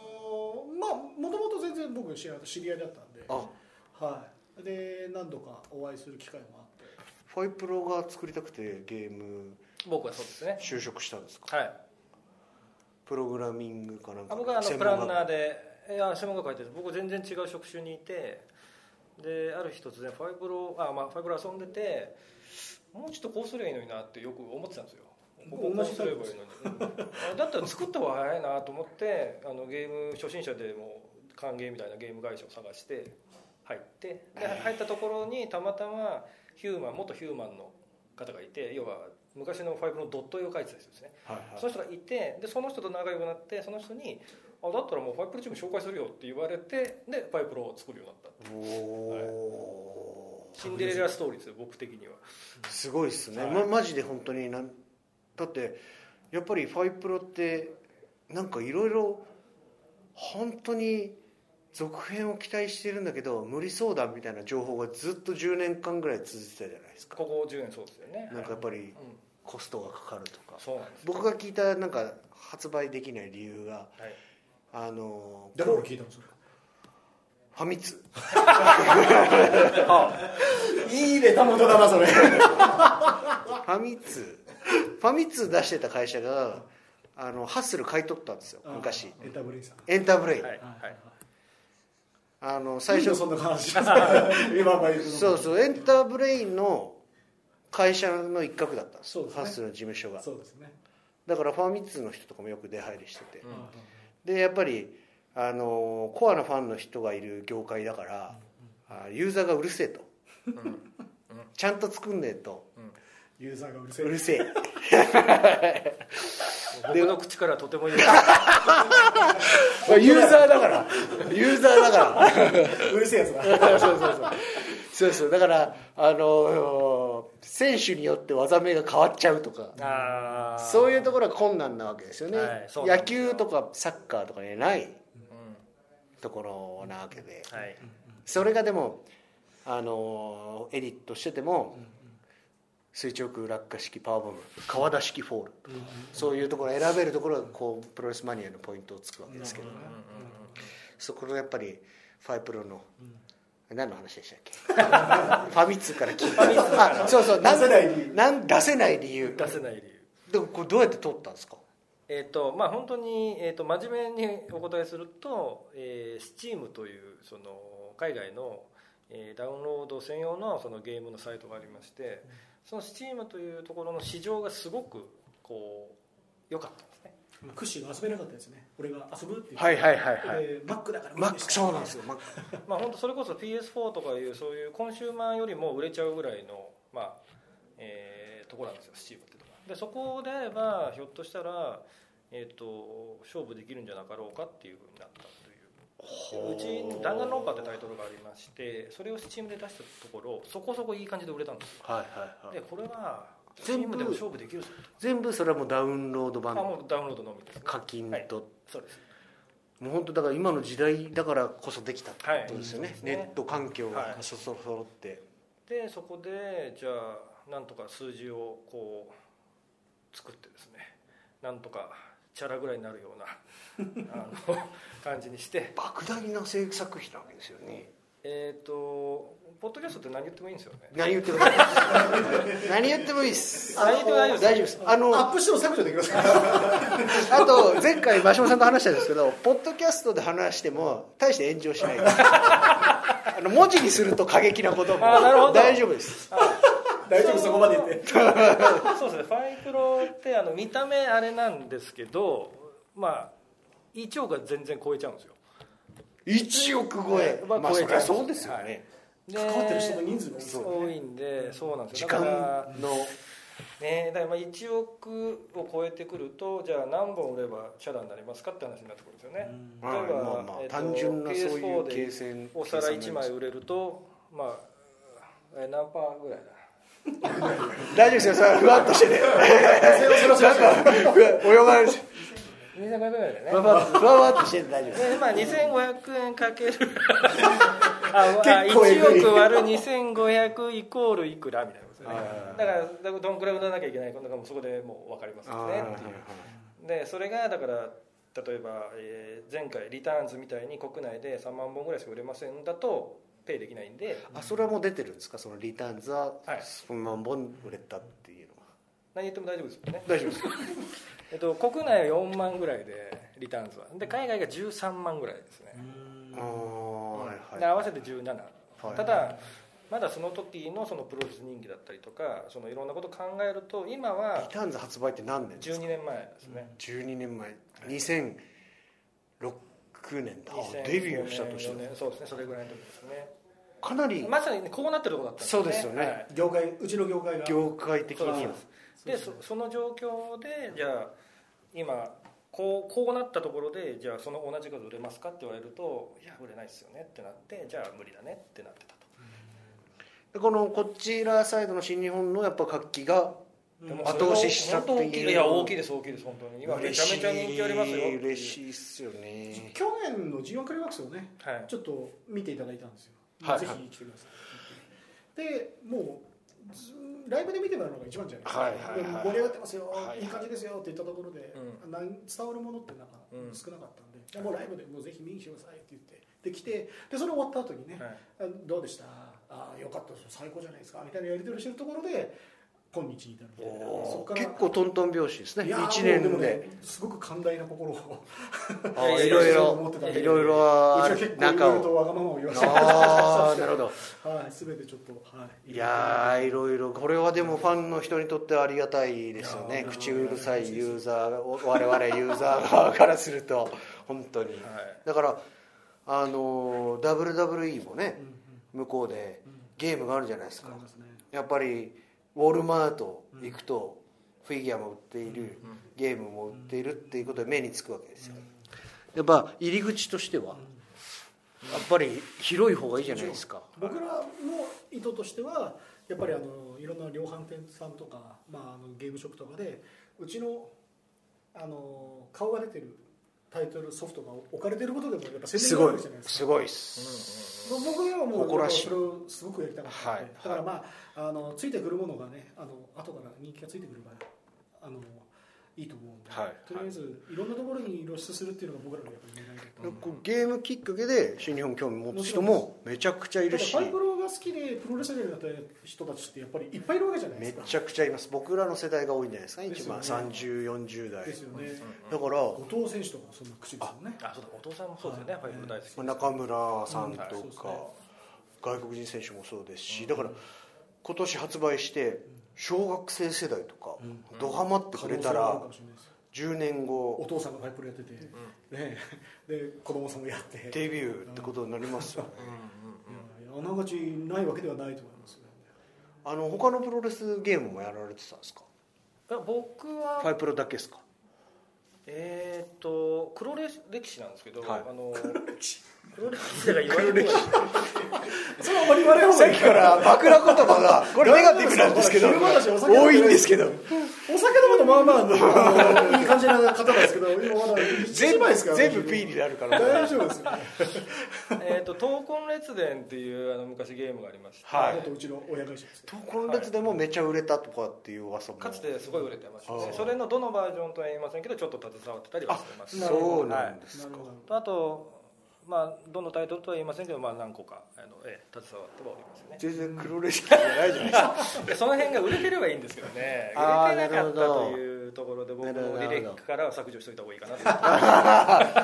Speaker 3: ーまあもともと全然僕知り合い知り合いだったんで
Speaker 2: あ
Speaker 3: はいで何度かお会いする機会もあって
Speaker 2: ファイプロが作りたくてゲーム
Speaker 4: 僕はそうですね
Speaker 2: 就職したんですか
Speaker 4: はい
Speaker 2: プログラミングかなんか
Speaker 4: あ僕はあの
Speaker 2: 専
Speaker 4: プ
Speaker 2: 門
Speaker 4: ラ
Speaker 2: 学
Speaker 4: ンナーでいや専門学校入ってるんです僕全然違う職種にいてである日突然ファイブロあ、まあ、ファイブロ遊んでてもうちょっとこうすればいいのになってよく思ってたんですよこここ
Speaker 3: 同
Speaker 4: う
Speaker 3: じ
Speaker 4: す
Speaker 3: タイ
Speaker 4: れ
Speaker 3: プ
Speaker 4: ば
Speaker 3: で
Speaker 4: い
Speaker 3: す
Speaker 4: いのに、うんだったら作った方が早いなと思ってあのゲーム初心者でも歓迎みたいなゲーム会社を探して入ってで入ったところにたまたまヒューマン元ヒューマンの方がいて要は昔のファイブのドット絵を描いてた人ですね
Speaker 2: はいはい
Speaker 4: その人がいてでその人と仲良くなってその人に「あだったらもうファイプロチーム紹介するよ」って言われてでファイプロを作るようになった
Speaker 2: おおー、
Speaker 4: シンデレラストーリーですよ僕的には
Speaker 2: すごいっすね、
Speaker 4: はい
Speaker 2: ま、マジで本当になんだってやっぱりファイプロってなんかいろいろ本当に続編を期待してるんだけど無理そうだみたいな情報がずっと10年間ぐらい続いてたじゃないですか
Speaker 4: ここ10年そうですよね
Speaker 2: なんかやっぱり
Speaker 4: うん
Speaker 2: コストがかかるとか
Speaker 4: そうなんです
Speaker 2: 僕が聞いたなんか発売できない理由が
Speaker 4: はい
Speaker 2: あの
Speaker 3: 誰が聞いたの そ
Speaker 2: ファミ通
Speaker 3: れいいネタ元だなそれ
Speaker 2: ファミ通ファミ通出してた会社があのハッスル買い取ったんですよ昔
Speaker 3: エンターブレインさん
Speaker 2: エンターブレイン、
Speaker 4: はいはい
Speaker 2: あの最
Speaker 3: いいの
Speaker 2: 初
Speaker 3: そんな 話今まで
Speaker 2: そうそうエンターブレインの会社の一角だったんです
Speaker 3: そうですね
Speaker 2: ハッスルの事務所が
Speaker 3: そうですね
Speaker 2: だからファミ通の人とかもよく出入りしてて、
Speaker 4: うん
Speaker 2: でやっぱりあのコアなファンの人がいる業界だから、あユーザーがうるせえと、ちゃんと作んねえと
Speaker 3: ユーザーがうるせ
Speaker 2: う
Speaker 3: え
Speaker 2: るせえ
Speaker 4: 僕の口からとても言えな い
Speaker 2: ユーザーだからユーザーだから
Speaker 3: うるせえやつだ
Speaker 2: そうそうそうそうそうだからあの選手によって技名が変わっちゃうとか
Speaker 4: ああ
Speaker 2: そういうところが困難なわけですよね、
Speaker 4: はいそうなん
Speaker 2: 野
Speaker 4: ですよ
Speaker 2: 球とかサッカーとかにない
Speaker 4: うん
Speaker 2: ところなわけで、
Speaker 4: はい
Speaker 2: それがでもあのエディットしてても、垂直落下式パワーボム川田式フォール、そういうところ選べるところがこうプロレスマニアのポイントをつくわけですけど、そこのやっぱりファイプロの、何の話でしたっけ ファミ通から聞いたあそうそう
Speaker 3: 出せない理由
Speaker 2: なん出せない理由
Speaker 4: 出せない理由
Speaker 2: でもこれどうやって取ったんですか
Speaker 4: えっとまあ、本当に、えっと真面目にお答えすると、えー、Steam というその海外の、えーダウンロード専用のそのゲームのサイトがありましてその Steam というところの市場がすごくこう良かったんですね
Speaker 3: クッシーが遊べなかったですね俺が遊ぶっていう
Speaker 2: はいはいはいはい
Speaker 3: でマックだから
Speaker 2: マックそうなんです
Speaker 3: よ
Speaker 2: よマック
Speaker 4: まあ本当それこそ PS4 とかいうそういうコンシューマーよりも売れちゃうぐらいの、まあえーところなんですよ Steam ってとこでそこであればひょっとしたら、えー、と勝負できるんじゃなかろうかっていうふうになったといううちに「弾丸論破」ってタイトルがありましてそれを Steam で出したところそこそこいい感じで売れたんですよ
Speaker 2: はいはいはい
Speaker 4: でこれは
Speaker 2: 全部
Speaker 4: Steam でも勝負できるぞ
Speaker 2: 全部それはもうダウンロード版
Speaker 4: あもうダウンロードのみですね
Speaker 2: 課金
Speaker 4: はい
Speaker 2: と、
Speaker 4: そうです
Speaker 2: もう本当だから今の時代だからこそできたってことですよね,、
Speaker 4: はいそうです
Speaker 2: ネ
Speaker 4: ね
Speaker 2: ット環境が
Speaker 4: はい
Speaker 2: そそ揃って、
Speaker 4: でそこでじゃあなんとか数字をこう作ってですねなんとかチャラぐらいになるよ うなあの感じにして
Speaker 2: 莫大な制作費なわけですよね
Speaker 4: えっ、とポッドキャストって何言ってもいいんですよね
Speaker 2: 何言ってもいいです 何言ってもいいです
Speaker 4: 何言っても大丈
Speaker 2: 大
Speaker 4: 夫です
Speaker 2: 丈夫ですあの
Speaker 3: アップしても削除できま すから
Speaker 2: あと前回真島さんと話したんですけどポッドキャストで話しても大して炎上し ないですあの文字にすると過激なことも
Speaker 4: あなるほど
Speaker 2: 大丈夫です
Speaker 3: 大丈夫そこまで言って
Speaker 4: そうですねファイクロってあの見た目あれなんですけどまあ1億が全然超えちゃうんですよ
Speaker 2: 1億超え、
Speaker 4: まあ
Speaker 2: まあ、
Speaker 4: 超
Speaker 2: そ
Speaker 4: え
Speaker 2: り
Speaker 4: ちゃ
Speaker 2: ゃ
Speaker 4: う
Speaker 2: そうですよね、
Speaker 4: で
Speaker 3: 関わってる人の人数が多いですよね
Speaker 4: 多いんでそうなんです
Speaker 2: 時
Speaker 4: よだ
Speaker 2: 間
Speaker 4: から
Speaker 2: の
Speaker 4: ねだからまあ1億を超えてくるとじゃあ何本売ればチャラになりますかって話になってくるんですよね
Speaker 2: まあまあまあ単純なそういう計算
Speaker 4: お皿1枚売れるとまあえ何パーぐらいだ
Speaker 2: 大丈夫ですよそれはふわっとして てなんか及ばないです
Speaker 4: 2500円ぐらいだね
Speaker 2: ふわふわふわふわっとしてて大丈夫です
Speaker 4: でまあ2500円かける ああ
Speaker 2: 結構えぐい
Speaker 4: 1億割る2500イコールいくらみたいなことですよねだからだからどんくらい売らなきゃいけないかなんかもうそこでもう分かりますよねっていうでそれがだから例えば、えー前回リターンズみたいに国内で3万本ぐらいしか売れませんだとペイできないんで
Speaker 2: あそれはもう出てるんですかそのリターンズは
Speaker 4: はい
Speaker 2: その何本売れたっていうのは
Speaker 4: 何言っても大丈夫ですよね、
Speaker 2: 大丈夫です
Speaker 4: えっと、国内は4万ぐらいでリターンズはで海外が13万ぐらいですね
Speaker 2: ああはいはい
Speaker 4: で合わせて17、
Speaker 2: い
Speaker 4: ただまだその時のそのプロレス人気だったりとかそのいろんなことを考えると今
Speaker 2: リ
Speaker 4: は
Speaker 2: ターンズ発売って何年です
Speaker 4: 12
Speaker 2: か
Speaker 4: 年前ですね、
Speaker 2: 12年前2006年だあ
Speaker 4: 2004
Speaker 2: デビューした年
Speaker 4: 4
Speaker 2: だ
Speaker 4: 年そうですねそれぐらいの時ですね
Speaker 2: かなり
Speaker 4: まさにねこうなってるとこだったんです
Speaker 2: そ
Speaker 4: ね
Speaker 2: うですよね
Speaker 4: はい
Speaker 3: 業界うちの業界が
Speaker 2: 業界的
Speaker 4: そう
Speaker 2: に
Speaker 4: で
Speaker 2: は
Speaker 4: すでそその状況でじゃあ今こうこうなったところでじゃあその同じ数売れますかって言われるといや売れないですよねってなってじゃあ無理だねってなってたと
Speaker 2: でこのこちらサイドの新日本のやっぱ活気が
Speaker 4: でも
Speaker 2: 後押ししたっていう
Speaker 4: 本当大きいいや大きいです大きいです本当に今めちゃめちゃ人気ありますよってう
Speaker 2: 嬉しいっすよね
Speaker 3: 去年の G1 クライマックスをね
Speaker 4: はい
Speaker 3: ちょっと見ていただいたんですよ、
Speaker 2: はい
Speaker 3: ぜひ来てください、でもうずライブで見てもらうのが一番じゃないですか、
Speaker 2: はいはいはい
Speaker 3: で盛り上がってますよ、
Speaker 2: はいはい
Speaker 3: い、い感じですよって言ったところで、なん伝わるものってなんか
Speaker 4: うん
Speaker 3: 少なかったんで、じゃあもうライブでもうぜひ見に来てくださいって言ってで来てでそれ終わった後にね、
Speaker 4: は
Speaker 3: あ
Speaker 4: い
Speaker 3: どうでしたああよかったですよ最高じゃないですかみたいなやり取りしてるところで今日に至るみたいなそこから
Speaker 2: 結構トントン拍子ですね
Speaker 3: いや
Speaker 2: 1
Speaker 3: ーも
Speaker 2: 年
Speaker 3: う
Speaker 2: で
Speaker 3: もねすごく寛大な心を
Speaker 2: あ
Speaker 4: いや
Speaker 2: い
Speaker 4: いや
Speaker 2: ろい
Speaker 3: 思ってたん
Speaker 2: ろ
Speaker 3: で
Speaker 2: いろいろ
Speaker 3: う
Speaker 2: あ
Speaker 3: ちは
Speaker 2: る
Speaker 3: 結構い
Speaker 2: 中
Speaker 3: ろいろと
Speaker 2: を
Speaker 3: わがままを言わせていただきました
Speaker 2: あ
Speaker 3: ん
Speaker 2: あ
Speaker 3: で
Speaker 2: なるほど
Speaker 3: はい、すべてちょっと、はい。
Speaker 2: いやーいろいろこれはでもファンの人にとってはありがたいですよ
Speaker 3: い
Speaker 2: ね
Speaker 3: やー
Speaker 2: 口うるさいユーザーを我々ユーザー側からすると本当に、だからあのー WWE もね向こうでゲームがあるじゃないですか、
Speaker 3: ありますね
Speaker 2: やっぱりウォルマート行くとフィギュアも売っている、ゲームも売っているっていうことで目につくわけですよ、やっぱ入り口としてはやっぱり広い方がいいじゃないですか、
Speaker 3: 僕らの意図としては、やっぱりあのいろんな量販店さんとか、まあ、あのゲームショップとかで、うちのあの顔が出てるタイトルソフトが置かれてることでも、やっぱ宣伝になるわけじゃないですか。
Speaker 2: すごいっす、
Speaker 3: 僕らはもう
Speaker 2: 誇らしい
Speaker 3: それをすごくやりたかったので、
Speaker 2: はい
Speaker 3: だからまああのついてくるものがねあの後から人気がついてくるからあのいいと思うんで、
Speaker 2: はい
Speaker 3: とりあえずいろんなところに露出するっていうのが僕らのやっぱり狙いだった
Speaker 2: こうゲームきっかけで新日本興味持つ人もめちゃくちゃい
Speaker 3: た
Speaker 2: る
Speaker 3: だ
Speaker 2: し
Speaker 3: パイプロが好きでプロレスラーになった人たちってやっぱりいっぱいいるわけじゃないで
Speaker 2: め
Speaker 3: すか
Speaker 2: ちゃくちゃいます僕らの世代が多いんじゃないですか
Speaker 3: です
Speaker 2: 一
Speaker 3: よね
Speaker 2: 番3040代
Speaker 3: ですよね
Speaker 2: だから
Speaker 3: 後藤選手とかもそんな口ですもんね
Speaker 4: あそうだお父さんもそうですよね、ファイブル大好きです、
Speaker 2: 中村さんと
Speaker 4: うんはい
Speaker 3: そうです
Speaker 2: か
Speaker 3: ね
Speaker 2: 外国人選手もそうですしだから今年発売して小学生世代とかドハマってくれた
Speaker 3: 可能性はある
Speaker 2: ら
Speaker 3: かもしれないです
Speaker 2: 10年
Speaker 3: お
Speaker 2: 後
Speaker 3: 父さんがパイプロやってて、ね、で子供さんもやって
Speaker 2: デビューってことになりますよね
Speaker 3: いやあながちないわけではないと思いますよね
Speaker 2: あの他のプロレスゲームもやられてたんですか
Speaker 4: あ僕
Speaker 2: ファ
Speaker 4: は
Speaker 2: イプロだけですか
Speaker 4: えーっと黒歴史なんですけど、
Speaker 2: はい
Speaker 4: あのプロレスラーが言われる
Speaker 3: それはあんまり言わない方が
Speaker 2: さ
Speaker 3: い
Speaker 2: っ
Speaker 3: い
Speaker 2: きから枕言葉がネガティブなんですけど
Speaker 3: 昼間だしお酒飲んでな
Speaker 2: 多
Speaker 3: い
Speaker 2: いんですけど
Speaker 3: お酒飲むとまあまああのいい感じな方なんですけど今まだ1時
Speaker 2: 全部
Speaker 3: 前ですから
Speaker 2: 全部 P になるから
Speaker 3: 大丈夫ですよあ
Speaker 4: えっと闘魂列伝っていうあの昔ゲームがありまして、
Speaker 2: は
Speaker 3: とうちの親会社です
Speaker 2: とこの列でもめちゃ売れたとかっていう噂も
Speaker 4: かつてすごい売れてましたねそれのどのバージョンとは言いませんけどちょっと携わってたりはしてます
Speaker 3: なるほど
Speaker 2: そうなんです
Speaker 3: なるほど
Speaker 4: あとまあどのタイトルとは言いませんけどまあ何個かあのええ携わってはおりますね
Speaker 2: 全然黒レシピじゃないじゃない ですか
Speaker 4: でその辺が売れてればいいんですけどね
Speaker 5: あー
Speaker 4: 売れてなかった
Speaker 5: なるほど
Speaker 4: というところで僕の
Speaker 5: なるほど
Speaker 4: 履
Speaker 5: なるほ
Speaker 4: 歴
Speaker 5: ど
Speaker 4: からは削除しといた方がいいかなと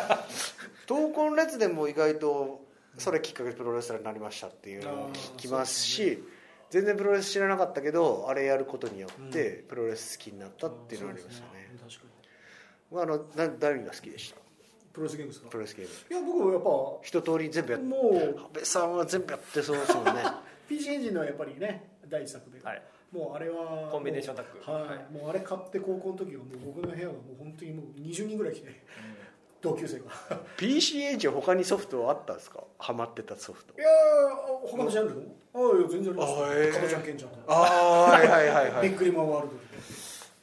Speaker 2: 闘魂列でも意外とそれきっかけでプロレスラーになりましたっていうのを聞きますし全然プロレス知らなかったけどあれやることによってプロレス好きになったっていうのがありましたね、
Speaker 3: 確かに
Speaker 2: あのな何が好きでした
Speaker 3: プロレスゲームですか
Speaker 2: プロレスゲーム
Speaker 3: いや僕はやっぱも
Speaker 2: 一通り全部やっ
Speaker 3: う
Speaker 2: 安倍さんは全部やってそうですもん ね
Speaker 3: PC エンジンのやっぱりね第一作で、
Speaker 4: はい
Speaker 3: もうあれは
Speaker 4: コンビネーションタッグ
Speaker 3: はい、
Speaker 4: は
Speaker 3: もうあれ買って高校の時はもう僕の部屋がもう本当にもう20人ぐらい来て、同級生が
Speaker 2: PCH 他にソフトはあったんですかハマってたソフト
Speaker 3: いやー他のジャンルもああいや全然あります
Speaker 2: あへー
Speaker 3: カボちゃんケンちゃんとか
Speaker 2: ああはいはいはい
Speaker 3: びっくりマンワールド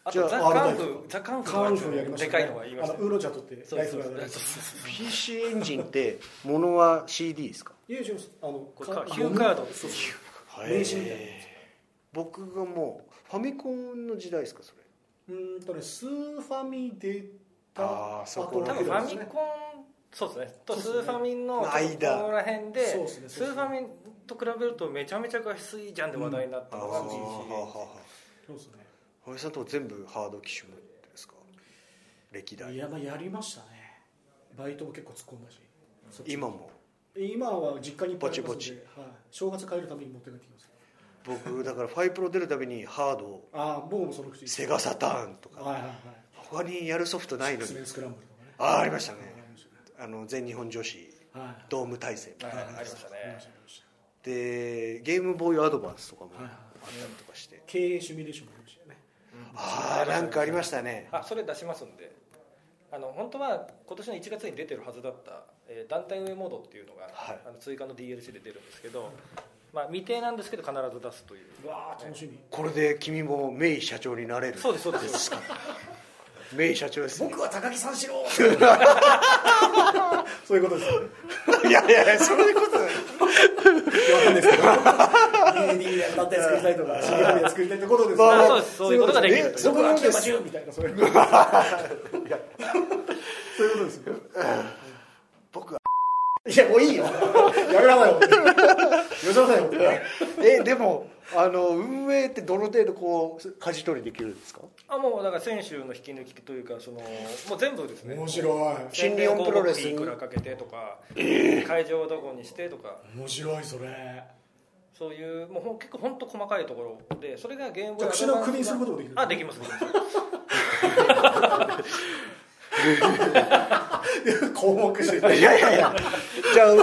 Speaker 4: あ
Speaker 2: じゃ
Speaker 4: と
Speaker 2: あ
Speaker 4: ザ・カンフザ・カン
Speaker 3: カーンフ
Speaker 4: フ
Speaker 3: ルやりました
Speaker 4: でかいのが言いました
Speaker 3: あのウーロン茶取って
Speaker 4: そう
Speaker 3: ラ
Speaker 4: で
Speaker 3: イ
Speaker 4: す
Speaker 3: フ
Speaker 4: そう
Speaker 3: が上
Speaker 4: で
Speaker 3: がる
Speaker 4: すそうです
Speaker 2: PC エンジンってものは CD ですか
Speaker 3: いや違いますあの
Speaker 4: これカーヒューカード
Speaker 3: そうそう
Speaker 2: へー
Speaker 3: 名刺みたいなや
Speaker 2: 僕がもうファミコンの時代ですかそれ
Speaker 3: つうーんとねスーファミデータ
Speaker 2: あーそこ
Speaker 3: アトロ
Speaker 4: 多分
Speaker 3: フ
Speaker 4: フ
Speaker 3: ィー
Speaker 4: ァ
Speaker 3: です
Speaker 4: ミ
Speaker 3: ね
Speaker 4: コンそうですねとス
Speaker 3: そうですね
Speaker 4: ーファミンの
Speaker 2: の間
Speaker 4: ここら辺で
Speaker 3: そうですね
Speaker 4: スーファミンと比べるとめちゃめちゃ画質いいじゃんで話題になった
Speaker 2: あ
Speaker 4: の
Speaker 2: あ
Speaker 4: が
Speaker 2: は
Speaker 4: 自
Speaker 2: は
Speaker 4: 身
Speaker 2: は
Speaker 3: そうですね
Speaker 2: 安倍さんとこ全部ハード機種持ってるんですか歴
Speaker 3: い
Speaker 2: 代
Speaker 3: やまあやりましたねバイトも結構突っ込んだしそっち
Speaker 2: 今も
Speaker 3: 今は実家にいっぱいありま
Speaker 2: ぼ
Speaker 3: すんで
Speaker 2: ちぼ
Speaker 3: はい、正月帰るために持って帰ってきます
Speaker 2: 僕だからファイプロ出るたびにハード
Speaker 3: ああ僕もその口
Speaker 2: セガサターンとか
Speaker 3: はいはいはい
Speaker 2: 他にやるソフトないの
Speaker 3: ス
Speaker 2: に
Speaker 3: メンスクランブルとかね
Speaker 2: ああありましたね
Speaker 3: ありましたね
Speaker 2: あの全日本女子
Speaker 3: はい
Speaker 2: ドーム対戦みたい
Speaker 4: はい
Speaker 2: な
Speaker 4: ありました
Speaker 3: あり
Speaker 4: ね
Speaker 3: ましたありました
Speaker 2: でゲームボーイアドバンスとかもあ
Speaker 3: いはい
Speaker 2: ったりとかして
Speaker 3: 経営シミュレーションもありましたよね
Speaker 2: ああなんかありましたね
Speaker 4: あそれ出しますんであの本当は今年の1月に出てるはずだった、えー団体運営モードっていうのが、
Speaker 2: はい
Speaker 4: あの追加の DLC で出るんですけど、まあ、未定なんですけど必ず出すという
Speaker 3: うわあ楽しみ、
Speaker 2: これで君もメイ社長になれる
Speaker 4: そうですそうです
Speaker 2: メイ社長ですね
Speaker 3: 僕は高木三四郎そういうことですよね
Speaker 2: いやいやいやそういうことだよ
Speaker 3: わかんないですけど DD で団体作りたいとか CM で作りたいってことですよ
Speaker 2: まあまあ
Speaker 4: あそうですそういうことができるとい
Speaker 2: え
Speaker 4: う
Speaker 2: そ
Speaker 3: そ
Speaker 2: こ
Speaker 3: こ
Speaker 2: な
Speaker 3: が
Speaker 2: んで
Speaker 3: ですすみたいなそういうそういうことですよ
Speaker 2: 僕はい
Speaker 3: やもういいよやめなさいよ吉田さんよ
Speaker 2: えでもあの運営ってどの程度こう舵取りできるんですか
Speaker 4: あもうだから選手の引き抜きというかそのもう全部ですね
Speaker 3: 面白い
Speaker 2: 新日本プロレス
Speaker 4: いくらかけてとか、会場をどこにしてとか
Speaker 3: 面白いそれ
Speaker 4: そういうもうほん結構本当細かいところでそれがゲームボーイ
Speaker 3: じゃあ串をクビにすることもできる
Speaker 4: あできますできます
Speaker 3: 困惑して
Speaker 2: いやいやいやじゃあい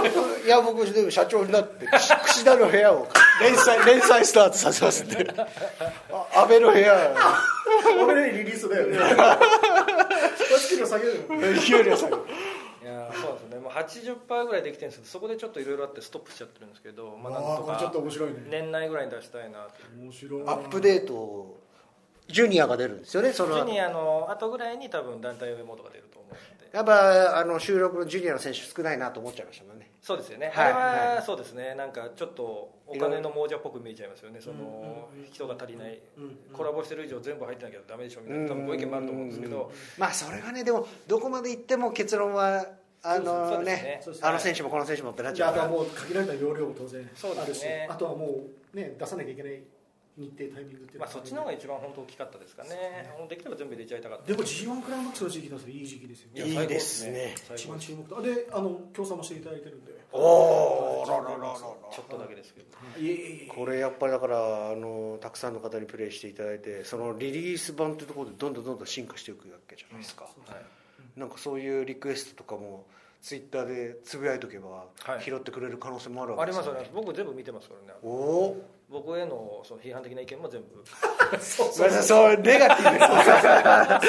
Speaker 2: や僕でも社長になって串串田の部屋を連載連載スタートさせますんであ安倍の部屋
Speaker 3: 俺らにリリースだよね好きの作業だよ
Speaker 2: 有利さん
Speaker 4: いやーそうですねもう80%ぐらいできてるんですけどそこでちょっといろいろあってストップしちゃってるんですけど、まあ、なん
Speaker 3: ああ
Speaker 4: と
Speaker 3: これちょっと
Speaker 4: か
Speaker 3: 面白いね
Speaker 4: 年内ぐらいに出したいなと
Speaker 3: 面白い
Speaker 2: アップデートをジュニアが出るんですよねそ
Speaker 4: ジ
Speaker 2: の
Speaker 4: ュニアの後ぐらいに多分団体上モードが出ると思うので
Speaker 2: やっぱあの収録のジュニアの選手少ないなと思っちゃいましたもんね
Speaker 4: そうですよね、
Speaker 2: はい
Speaker 4: あれ
Speaker 2: は
Speaker 4: はそうですねなんかちょっとお金の亡者っぽく見えちゃいますよねその人が足りないコラボしてる以上全部入ってなきゃダメでしょみたいな多分ご意見もあると思うんですけど
Speaker 2: まあそれがねでもどこまで行っても結論はあ
Speaker 4: そ
Speaker 2: の
Speaker 4: うです
Speaker 2: ね
Speaker 4: ねそうですね
Speaker 2: あの選手もこの選手もってなっち
Speaker 3: じゃあ
Speaker 2: ゃ
Speaker 3: あ
Speaker 2: うか
Speaker 3: とは
Speaker 2: ら
Speaker 3: もう限られた容量も当然
Speaker 4: そう
Speaker 3: あ
Speaker 4: で
Speaker 3: る
Speaker 4: す
Speaker 3: し
Speaker 4: ね
Speaker 3: あとはもうね出さなきゃいけない日程タイミングっていうの
Speaker 4: まあ
Speaker 3: は
Speaker 4: そっちの方が一番本当大きかったですかねできれば全部入れちゃいたかった
Speaker 3: でも G1 クライマックスの時期だといい時期ですよ
Speaker 2: い
Speaker 3: ね
Speaker 2: いですね
Speaker 3: 一
Speaker 4: 最高
Speaker 3: 番
Speaker 4: です
Speaker 3: 注目とあであの協賛もしていただいてるんで
Speaker 2: おおららららら
Speaker 4: ちょっとだけですけど
Speaker 3: いえいえいえ
Speaker 2: これやっぱりだからあのたくさんの方にプレイしていただいてそのリリース版ってところでどんどんどんどん進化していくわけじゃないですか、
Speaker 4: はい
Speaker 2: なんかそういうリクエストとかもツイッターでつぶやいとけば
Speaker 4: はい
Speaker 2: 拾ってくれる可能性もあるわ
Speaker 4: あ
Speaker 2: け
Speaker 4: り
Speaker 2: です
Speaker 4: ます
Speaker 2: よ
Speaker 4: あり
Speaker 2: ね、
Speaker 4: ます僕全部見てますからね
Speaker 2: おお
Speaker 4: 僕へのその批判的な意見も全部
Speaker 2: そうそうネガティブな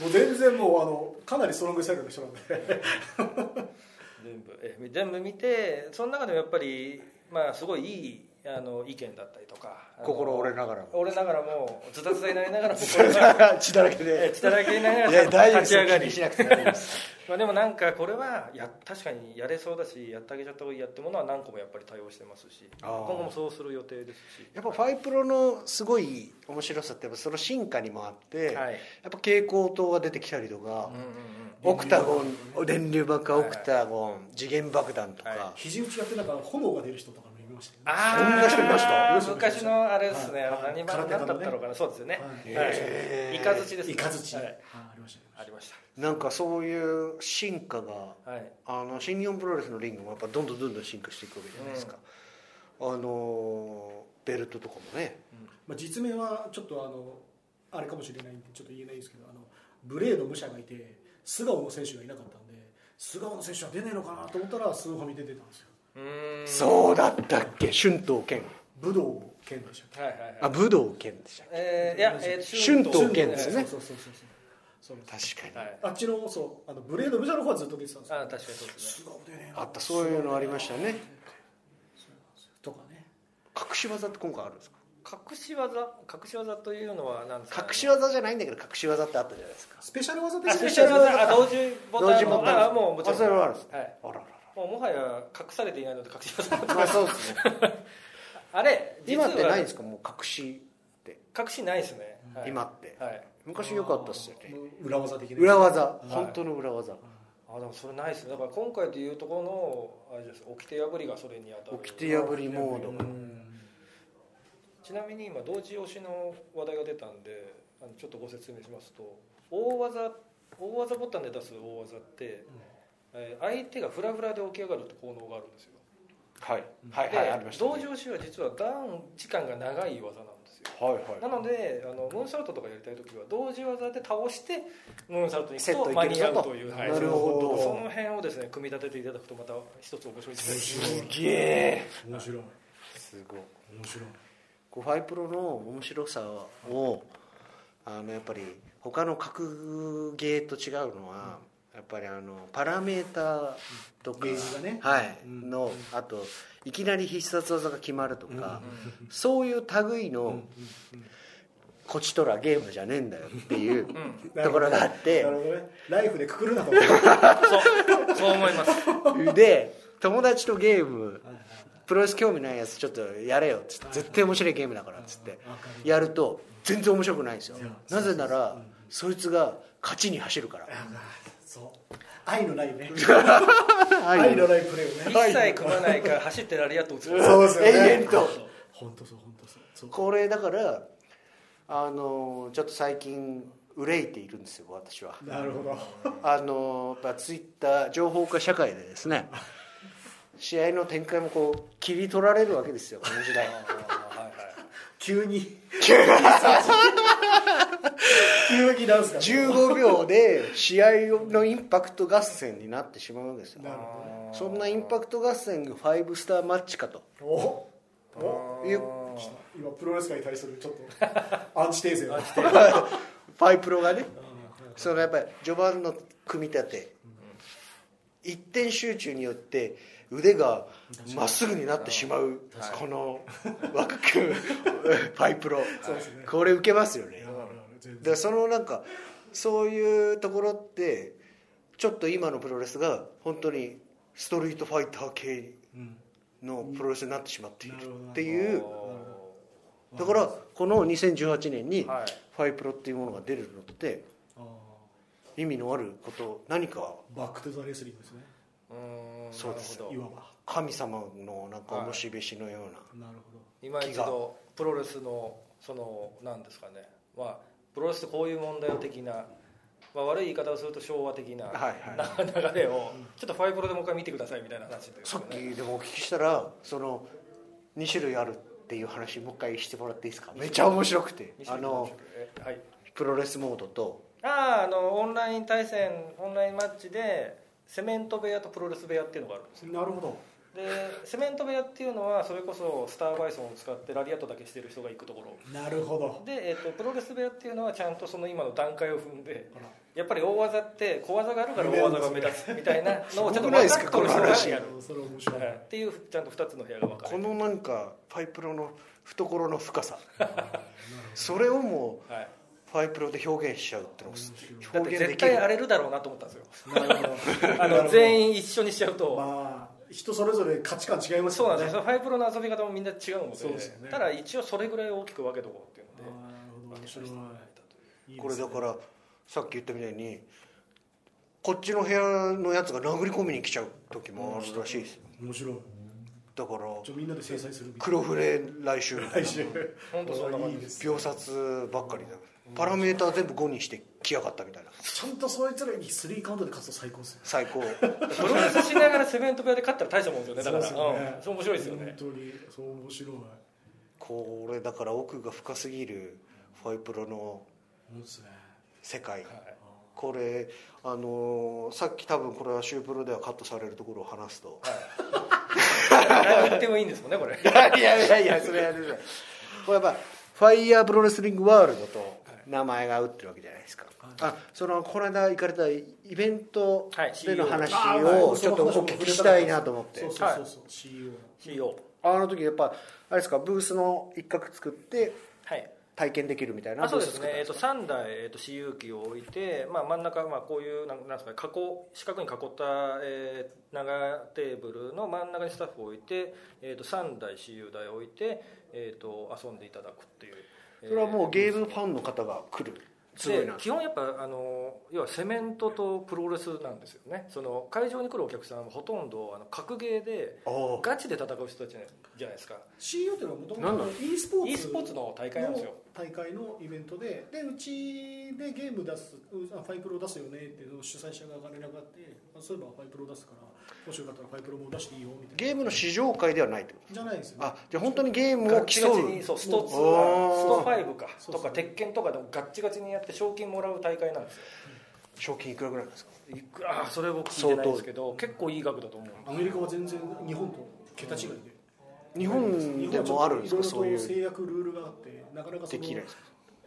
Speaker 3: もう全然もうあのかなりストロングサイドの人なんで
Speaker 4: 全部ええ全部見てその中でもやっぱりまあすごいいいあの意見だったりとかあの
Speaker 2: 心折れながらも
Speaker 4: 折れながらもズタズタになりな がらも心が
Speaker 2: 血だらけ
Speaker 4: え
Speaker 2: で
Speaker 4: 血だらけになりないが
Speaker 2: や大丈
Speaker 4: ら
Speaker 2: 夫
Speaker 4: 立ち上が
Speaker 2: 気
Speaker 4: り
Speaker 2: にしなくて大丈夫です
Speaker 4: まあでもなんかこれはや確かにやれそうだしやってあげちゃった方がいいやってものは何個もやっぱり対応してますし
Speaker 2: あ
Speaker 4: 今
Speaker 2: ー
Speaker 4: 後もそうする予定ですし
Speaker 2: やっぱファイプロのすごい面白さってやっぱその進化にもあって、
Speaker 4: はい
Speaker 2: やっぱ蛍光灯が出てきたりとか、
Speaker 4: うんうんうん
Speaker 2: オクタゴン電流爆破オクタゴン、次元爆弾とか、
Speaker 4: は
Speaker 3: 肘打ちやってなんか炎が出る人とかもいましたよね
Speaker 4: あ
Speaker 2: そんな人いました
Speaker 4: ー昔のあれですね、
Speaker 3: はい
Speaker 4: 何番
Speaker 3: 空手家の
Speaker 4: 何
Speaker 3: ね
Speaker 4: だったのかな、そうですよね
Speaker 3: はい、
Speaker 4: はい、イカズチですね、
Speaker 3: イカズチ
Speaker 4: は
Speaker 3: はい
Speaker 4: い、
Speaker 3: ありました
Speaker 4: ありまし
Speaker 2: なんかそういう進化が
Speaker 4: た、はい、
Speaker 2: あの新日本プロレスのリングもやっぱどんどんどんどん進化していくわけじゃないですか、あのーベルトとかもね
Speaker 3: まあ、実名はちょっとあのあれかもしれないんでちょっと言えないんですけどあのブレード武者がいて素顔の選手がいなかったんで素顔の選手は出ないのかなと思ったらスーファミで出てたんですよ
Speaker 4: うーん、
Speaker 2: そうだったっけ春闘剣
Speaker 3: 武道剣でした
Speaker 4: はいはいは
Speaker 2: あ
Speaker 4: い、
Speaker 2: 武道剣でしたっ
Speaker 4: えー、いや、え
Speaker 2: 春闘
Speaker 4: 春
Speaker 2: 剣ですね
Speaker 3: そうそうそうそうそう
Speaker 2: け確か
Speaker 4: は
Speaker 2: に、
Speaker 4: い、
Speaker 3: あっちのそうあのブレード武者の方はずっと出てたんです
Speaker 4: あ
Speaker 3: よ
Speaker 4: 確かにそうですね、
Speaker 3: 素顔出ねえな
Speaker 2: あったそういうのありましたね
Speaker 3: とかね
Speaker 2: 隠し技って今回あるんですか
Speaker 4: 隠し技、隠し技というのは何ですか、ね、
Speaker 2: 隠し技じゃないんだけど隠し技ってあったじゃないですか
Speaker 3: スペシャル技で
Speaker 4: あ
Speaker 3: す
Speaker 4: ス
Speaker 3: ね
Speaker 4: ペシャル技、あ同時ボタンの、
Speaker 2: 同時ボタン
Speaker 4: あもうもちろん、
Speaker 2: あそれはあるんですね
Speaker 4: はい、
Speaker 2: あらら
Speaker 4: もうもはや隠されていないので隠し技、
Speaker 2: らまあそうですね
Speaker 4: あれ、 実
Speaker 2: 今
Speaker 4: は
Speaker 2: ってないんですかもう隠しって、
Speaker 4: 隠しないですね、はい、
Speaker 2: 今って
Speaker 4: はい。
Speaker 2: 昔よかったっすよね
Speaker 3: もう裏技的な
Speaker 2: 裏技
Speaker 4: い
Speaker 2: 本当の裏技
Speaker 4: あでもそれないですねだから今回でいうところのあれです掟破りがそれに当たる
Speaker 2: 掟破りモード
Speaker 3: うん
Speaker 4: ちなみに今同時押しの話題が出たんであのちょっとご説明しますと大技大技ボタンで出す大技って、えー相手がフラフラで起き上がるって効能があるんですよ
Speaker 2: はいは
Speaker 4: で、同
Speaker 2: 同
Speaker 4: 時
Speaker 2: 時
Speaker 4: 押しは実はダウン時間が長い技なんですよ
Speaker 2: はいはい
Speaker 4: なのであのムーンサルトとかやりたい時は同時技で倒してムーンサルトに
Speaker 2: セッ
Speaker 4: 行
Speaker 2: ト
Speaker 4: くと
Speaker 2: いけ
Speaker 4: 間
Speaker 2: る
Speaker 4: に合
Speaker 2: ぞ
Speaker 4: う
Speaker 2: と
Speaker 4: という、
Speaker 2: なるほど
Speaker 4: その辺をですね組み立てていただくとまた一つ面白いですね
Speaker 2: すげえ
Speaker 3: 面白い
Speaker 2: すごい
Speaker 3: 面白い
Speaker 2: こうファイプロの面白さをあのやっぱり他の格ゲーと違うのは、やっぱりあのパラメーターとか、
Speaker 3: ゲージがね
Speaker 2: はい
Speaker 3: うん
Speaker 2: のあといきなり必殺技が決まるとか、そういう類のこちとらゲームじゃねえんだよっていうところがあって
Speaker 3: なるほどねライフでくくるなと思って
Speaker 4: そうそう思います
Speaker 2: で友達とゲームプロレス興味ないやつちょっとやれよっつって絶対面白いゲームだからっつってやると全然面白くないんですよなぜならそいつが勝ちに走る から
Speaker 3: そう愛のないね愛のないプレーをね
Speaker 4: 一切組まないから走ってラリアット打つ
Speaker 3: そうですよね
Speaker 2: 永遠と
Speaker 3: 本当そう本当そうそう
Speaker 2: これだからあのちょっと最近憂いているんですよ私 は
Speaker 3: なるほど
Speaker 2: あのやっぱツイッター情報化社会でです ね試合の展開もこう切り取られるわけですよこの時代
Speaker 3: 急に急にダンスが
Speaker 2: 15秒で試合のインパクト合戦になってしまうんですよ
Speaker 3: なるほどね
Speaker 2: そんなインパクト合戦が5スターマッチかと
Speaker 3: おお
Speaker 2: いう
Speaker 3: ちょっと今プロレス界に対するちょっとアンチテーゼが
Speaker 2: ファイプロがねそのやっぱり序盤の組み立て一点集中によって腕がまっすぐになってしまうこの 若くファイプロこれ受けますよね
Speaker 3: 全然
Speaker 2: でそのなんかそういうところってちょっと今のプロレスが本当にストリートファイター系のプロレスになってしまっているっていうだからこの2018年にフ
Speaker 4: はい
Speaker 2: ァイプロっていうものが出るのって
Speaker 3: あー
Speaker 2: 意味のあること何か
Speaker 3: バック・トゥ・ザ・レスリングですね
Speaker 2: そうです
Speaker 3: いわば
Speaker 2: 神様のなんかおもしべしのような
Speaker 3: なるほど
Speaker 4: 今一度プロレスのそのなんですかねまあプロレスってこういう問題を的なまあ悪い言い方をすると昭和的な
Speaker 2: はい
Speaker 4: な流れをちょっとファイブロでもう一回見てくださいみたいな話というか
Speaker 2: さっ
Speaker 4: ね
Speaker 2: きでもお聞きしたらその2種類あるっていう話もう一回してもらっていいですかめちゃ面白くてあの
Speaker 4: はい
Speaker 2: プロレスモードと
Speaker 4: あああのオンライン対戦オンラインマッチでセメント部屋とプロレス部屋っていうのがあるんですよ
Speaker 3: なるほど
Speaker 4: でセメント部屋っていうのはそれこそスターバイソンを使ってラリアットだけしてる人が行くところ
Speaker 3: なるほど
Speaker 4: で、えっとプロレス部屋っていうのはちゃんとその今の段階を踏んでやっぱり大技って小技があるから大技が目立つみた いなのをちょっと分かっとる人がやる
Speaker 3: それ面白い、
Speaker 4: はいっていうちゃんと2つの部屋が分か
Speaker 2: こ
Speaker 4: れて
Speaker 2: のなんかファイプロの懐の深さそれをもう
Speaker 4: る、はい、
Speaker 2: ファイプロで表現しちゃうってのが
Speaker 4: だって
Speaker 2: 表現で
Speaker 4: 絶
Speaker 2: きる
Speaker 4: 対荒れるだろうなと思ったんですよ
Speaker 3: なるほど
Speaker 4: あの全員一緒にしちゃうと、
Speaker 3: まあ人それぞれ価値観違います
Speaker 4: そう
Speaker 3: か
Speaker 4: な
Speaker 3: ら
Speaker 4: ん
Speaker 3: ね
Speaker 4: ですよ、ファイプロの遊び方もみんな違うので
Speaker 3: そうですよね
Speaker 4: ただ一応それぐらい大きく分けとこうっていう
Speaker 3: あーなるほ
Speaker 4: ので
Speaker 3: ど面白いいいですね
Speaker 2: これだからさっき言ったみたいにこっちの部屋のやつが殴り込みに来ちゃう時もあるらしいですよ
Speaker 3: 面白い
Speaker 2: だから
Speaker 3: ちょみんなで制裁するみたい
Speaker 2: 黒フレ来週みたい
Speaker 3: な
Speaker 2: な
Speaker 3: 来週
Speaker 4: 本当そんな感じ
Speaker 3: いいです
Speaker 2: 秒殺ばっかりだパラメーター全部5にして来やがったみたいな
Speaker 3: ちゃんとそいつらにスリーカウントで勝つと最高ですよ
Speaker 2: 最 高
Speaker 4: プロレスしながらセメント部屋で勝ったら大したもんですよねだから
Speaker 3: そうですよね
Speaker 4: うんそう面白いですよね
Speaker 3: 本当にそう面白い本
Speaker 2: これだから奥が深すぎるファイプロの
Speaker 3: 当ですね
Speaker 2: 世界、
Speaker 4: い
Speaker 2: これあのーさっき多分これはシュープロではカットされるところを話すと
Speaker 4: 何言ってもいいんですもんねこれ
Speaker 2: いやいやいやそれやるじゃんこれやっぱファイヤープロレスリングワールドと名前が合うってるわけじゃないですか、あそのこの間行かれたイベント
Speaker 4: はい
Speaker 2: での話
Speaker 3: あー
Speaker 2: をちょっとお聞きしたいなと思って
Speaker 3: そうそうそうそう CEO
Speaker 4: CEO
Speaker 2: あの時やっぱあれですかブースの一角作って
Speaker 4: はい
Speaker 2: 体験できるみたいな
Speaker 4: あそう
Speaker 2: ブ
Speaker 4: で
Speaker 2: ース
Speaker 4: す
Speaker 2: 作っ
Speaker 4: ね、
Speaker 2: たん
Speaker 4: え
Speaker 2: で
Speaker 4: っと3台、えっと私有機を置いて、まあ、真ん中、まあ、こういうなんなんですか、ね、囲四角に囲った、えー長テーブルの真ん中にスタッフを置いて、えっと3台私有台を置いて、えっと遊んでいただくっていう、えー
Speaker 2: それはもうゲームファンの方が来るすごい
Speaker 4: で
Speaker 2: な
Speaker 4: 基本やっぱあの要はセメントとプロレスなんですよねその会場に来るお客さんはほとんどあの格ゲーで
Speaker 2: あー
Speaker 4: ガチで戦う人たちじゃないじゃないですか
Speaker 3: CEO っていうのはもと
Speaker 2: なん
Speaker 3: も
Speaker 2: な
Speaker 3: と e スポーツ
Speaker 4: e スポーツの大会なんですよ
Speaker 3: 大会のイベントででうちでゲーム出すうあファイプロ出すよねっていうのを主催者側が連絡があってあそういえばファイプロ出すからもしよかったらファイプロも出していいよみたいな
Speaker 2: ゲームの試乗会ではないってこと
Speaker 3: じゃないですよね
Speaker 2: あじゃあ本当にゲーム
Speaker 4: ガ
Speaker 2: を
Speaker 4: ッチ
Speaker 2: 競
Speaker 4: ガチ
Speaker 2: う
Speaker 4: にそうスト2
Speaker 2: おー
Speaker 4: スト5か
Speaker 3: そう
Speaker 4: と
Speaker 3: そ
Speaker 4: か
Speaker 3: う
Speaker 4: 鉄拳とかでもガッチガチにやって賞金もらう大会なんですよ
Speaker 2: 賞金いくらぐらいなんですか
Speaker 4: いくらあそれ僕聞いてないんですけど結構いい額だと思う
Speaker 3: アメリカは全然日本と桁違いで
Speaker 2: 日本でもあるんですか
Speaker 3: 日
Speaker 2: そう
Speaker 3: 本
Speaker 2: い
Speaker 3: はちょっと
Speaker 2: う
Speaker 3: いろいろと制約ルールがあってなかなかそ
Speaker 2: で
Speaker 3: の
Speaker 2: きないです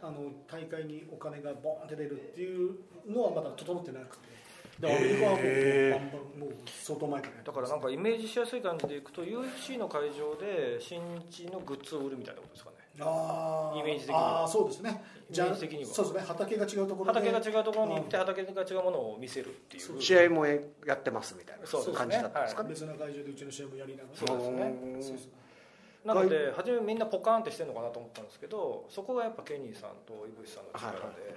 Speaker 3: あの大会にお金がボーンって出るっていうのはまだ整ってなくてだからアメリカはもう,、もう相当前からやって
Speaker 4: だ
Speaker 3: ます
Speaker 4: からなんかイメージしやすい感じでいくと UFC の会場で新日のグッズを売るみたいなことですかね
Speaker 3: あ
Speaker 4: イメージ的には
Speaker 3: ああそうですね
Speaker 4: イメージ的には
Speaker 3: そうですね畑が違うところで
Speaker 4: 畑が違うところに行って畑が違うものを見せるっていう
Speaker 2: 試合もやってますみたい
Speaker 4: そうです
Speaker 2: な感
Speaker 4: ね
Speaker 2: じだったんですか
Speaker 4: は
Speaker 2: ね
Speaker 3: 別な会場でうちの試合もやりながら
Speaker 4: そうですね
Speaker 2: うん
Speaker 3: そうそう
Speaker 4: なので初めみんなポカーンってしてるのかなと思ったんですけどそこがやっぱケニーさんと井渕さんの力で、
Speaker 2: はいはい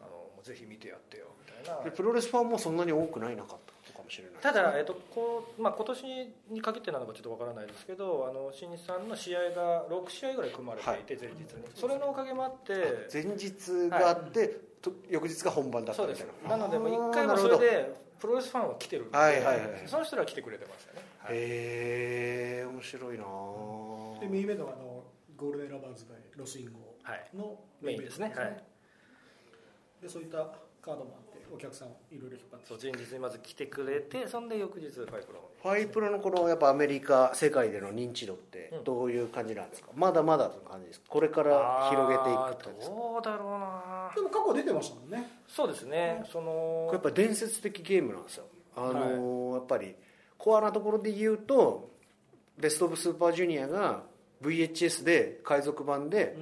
Speaker 4: あのもうぜひ見てやってよみたいな
Speaker 2: でプロレスファンもそんなに多くないなかったのかもしれない
Speaker 4: ただ、えっとこうまあ、今年に限ってなのかちょっとわからないですけどあの新日さんの試合が6試合ぐらい組まれていて、前日にそれのおかげもあって
Speaker 2: 前日があってと翌日が本番だっ
Speaker 4: そ
Speaker 2: た
Speaker 4: うで
Speaker 2: み
Speaker 4: す
Speaker 2: たい
Speaker 4: な
Speaker 2: な
Speaker 4: のでもう
Speaker 2: あー
Speaker 4: 一回もそ
Speaker 2: な
Speaker 4: れ
Speaker 2: るほどへ
Speaker 4: でプロレスファンは来てるんで、
Speaker 2: はいはいはい
Speaker 4: その人らは来てくれてましたね、はい
Speaker 2: え面白いな
Speaker 3: でメインイベントはあのゴールデンラバーズ会ロスインゴ
Speaker 4: はい
Speaker 3: の
Speaker 4: メインです
Speaker 3: メ
Speaker 4: ね
Speaker 3: インイベント
Speaker 4: はい
Speaker 3: でそういったカードもあってお客さんをいろいろ引っ張って
Speaker 4: そう前日にまず来てくれてそんで翌日ファイプロ
Speaker 2: ファイプロのこのやっぱアメリカ世界での認知度ってどういう感じなんですか、まだまだの感じですかこれから広げていくって感じですか
Speaker 4: どうだろうな
Speaker 3: でも過去出てましたもんね
Speaker 4: そうですねその
Speaker 2: これやっぱ伝説的ゲームなんですよ、あのーやっぱりコアなところで言うとベスト・オブ・スーパージュニアが VHS で海賊版で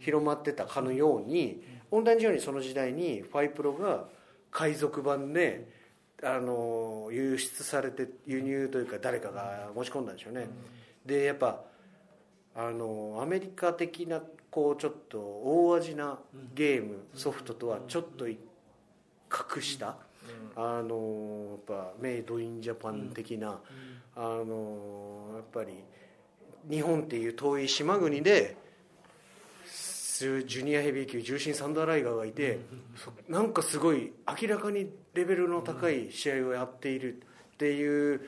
Speaker 2: 広まってたかのように、同じようにその時代にファイプロが海賊版で、あのー輸出されて輸入というか誰かが持ち込んだんでしょうね、でやっぱあのアメリカ的なこうちょっと大味なゲームソフトとはちょっと一格下、あのやっぱメイドインジャパン的な、あのやっぱり日本っていう遠い島国でジュニアヘビー級重心サンダーライガーがいて、そなんかすごい明らかにレベルの高い試合をやっているっていう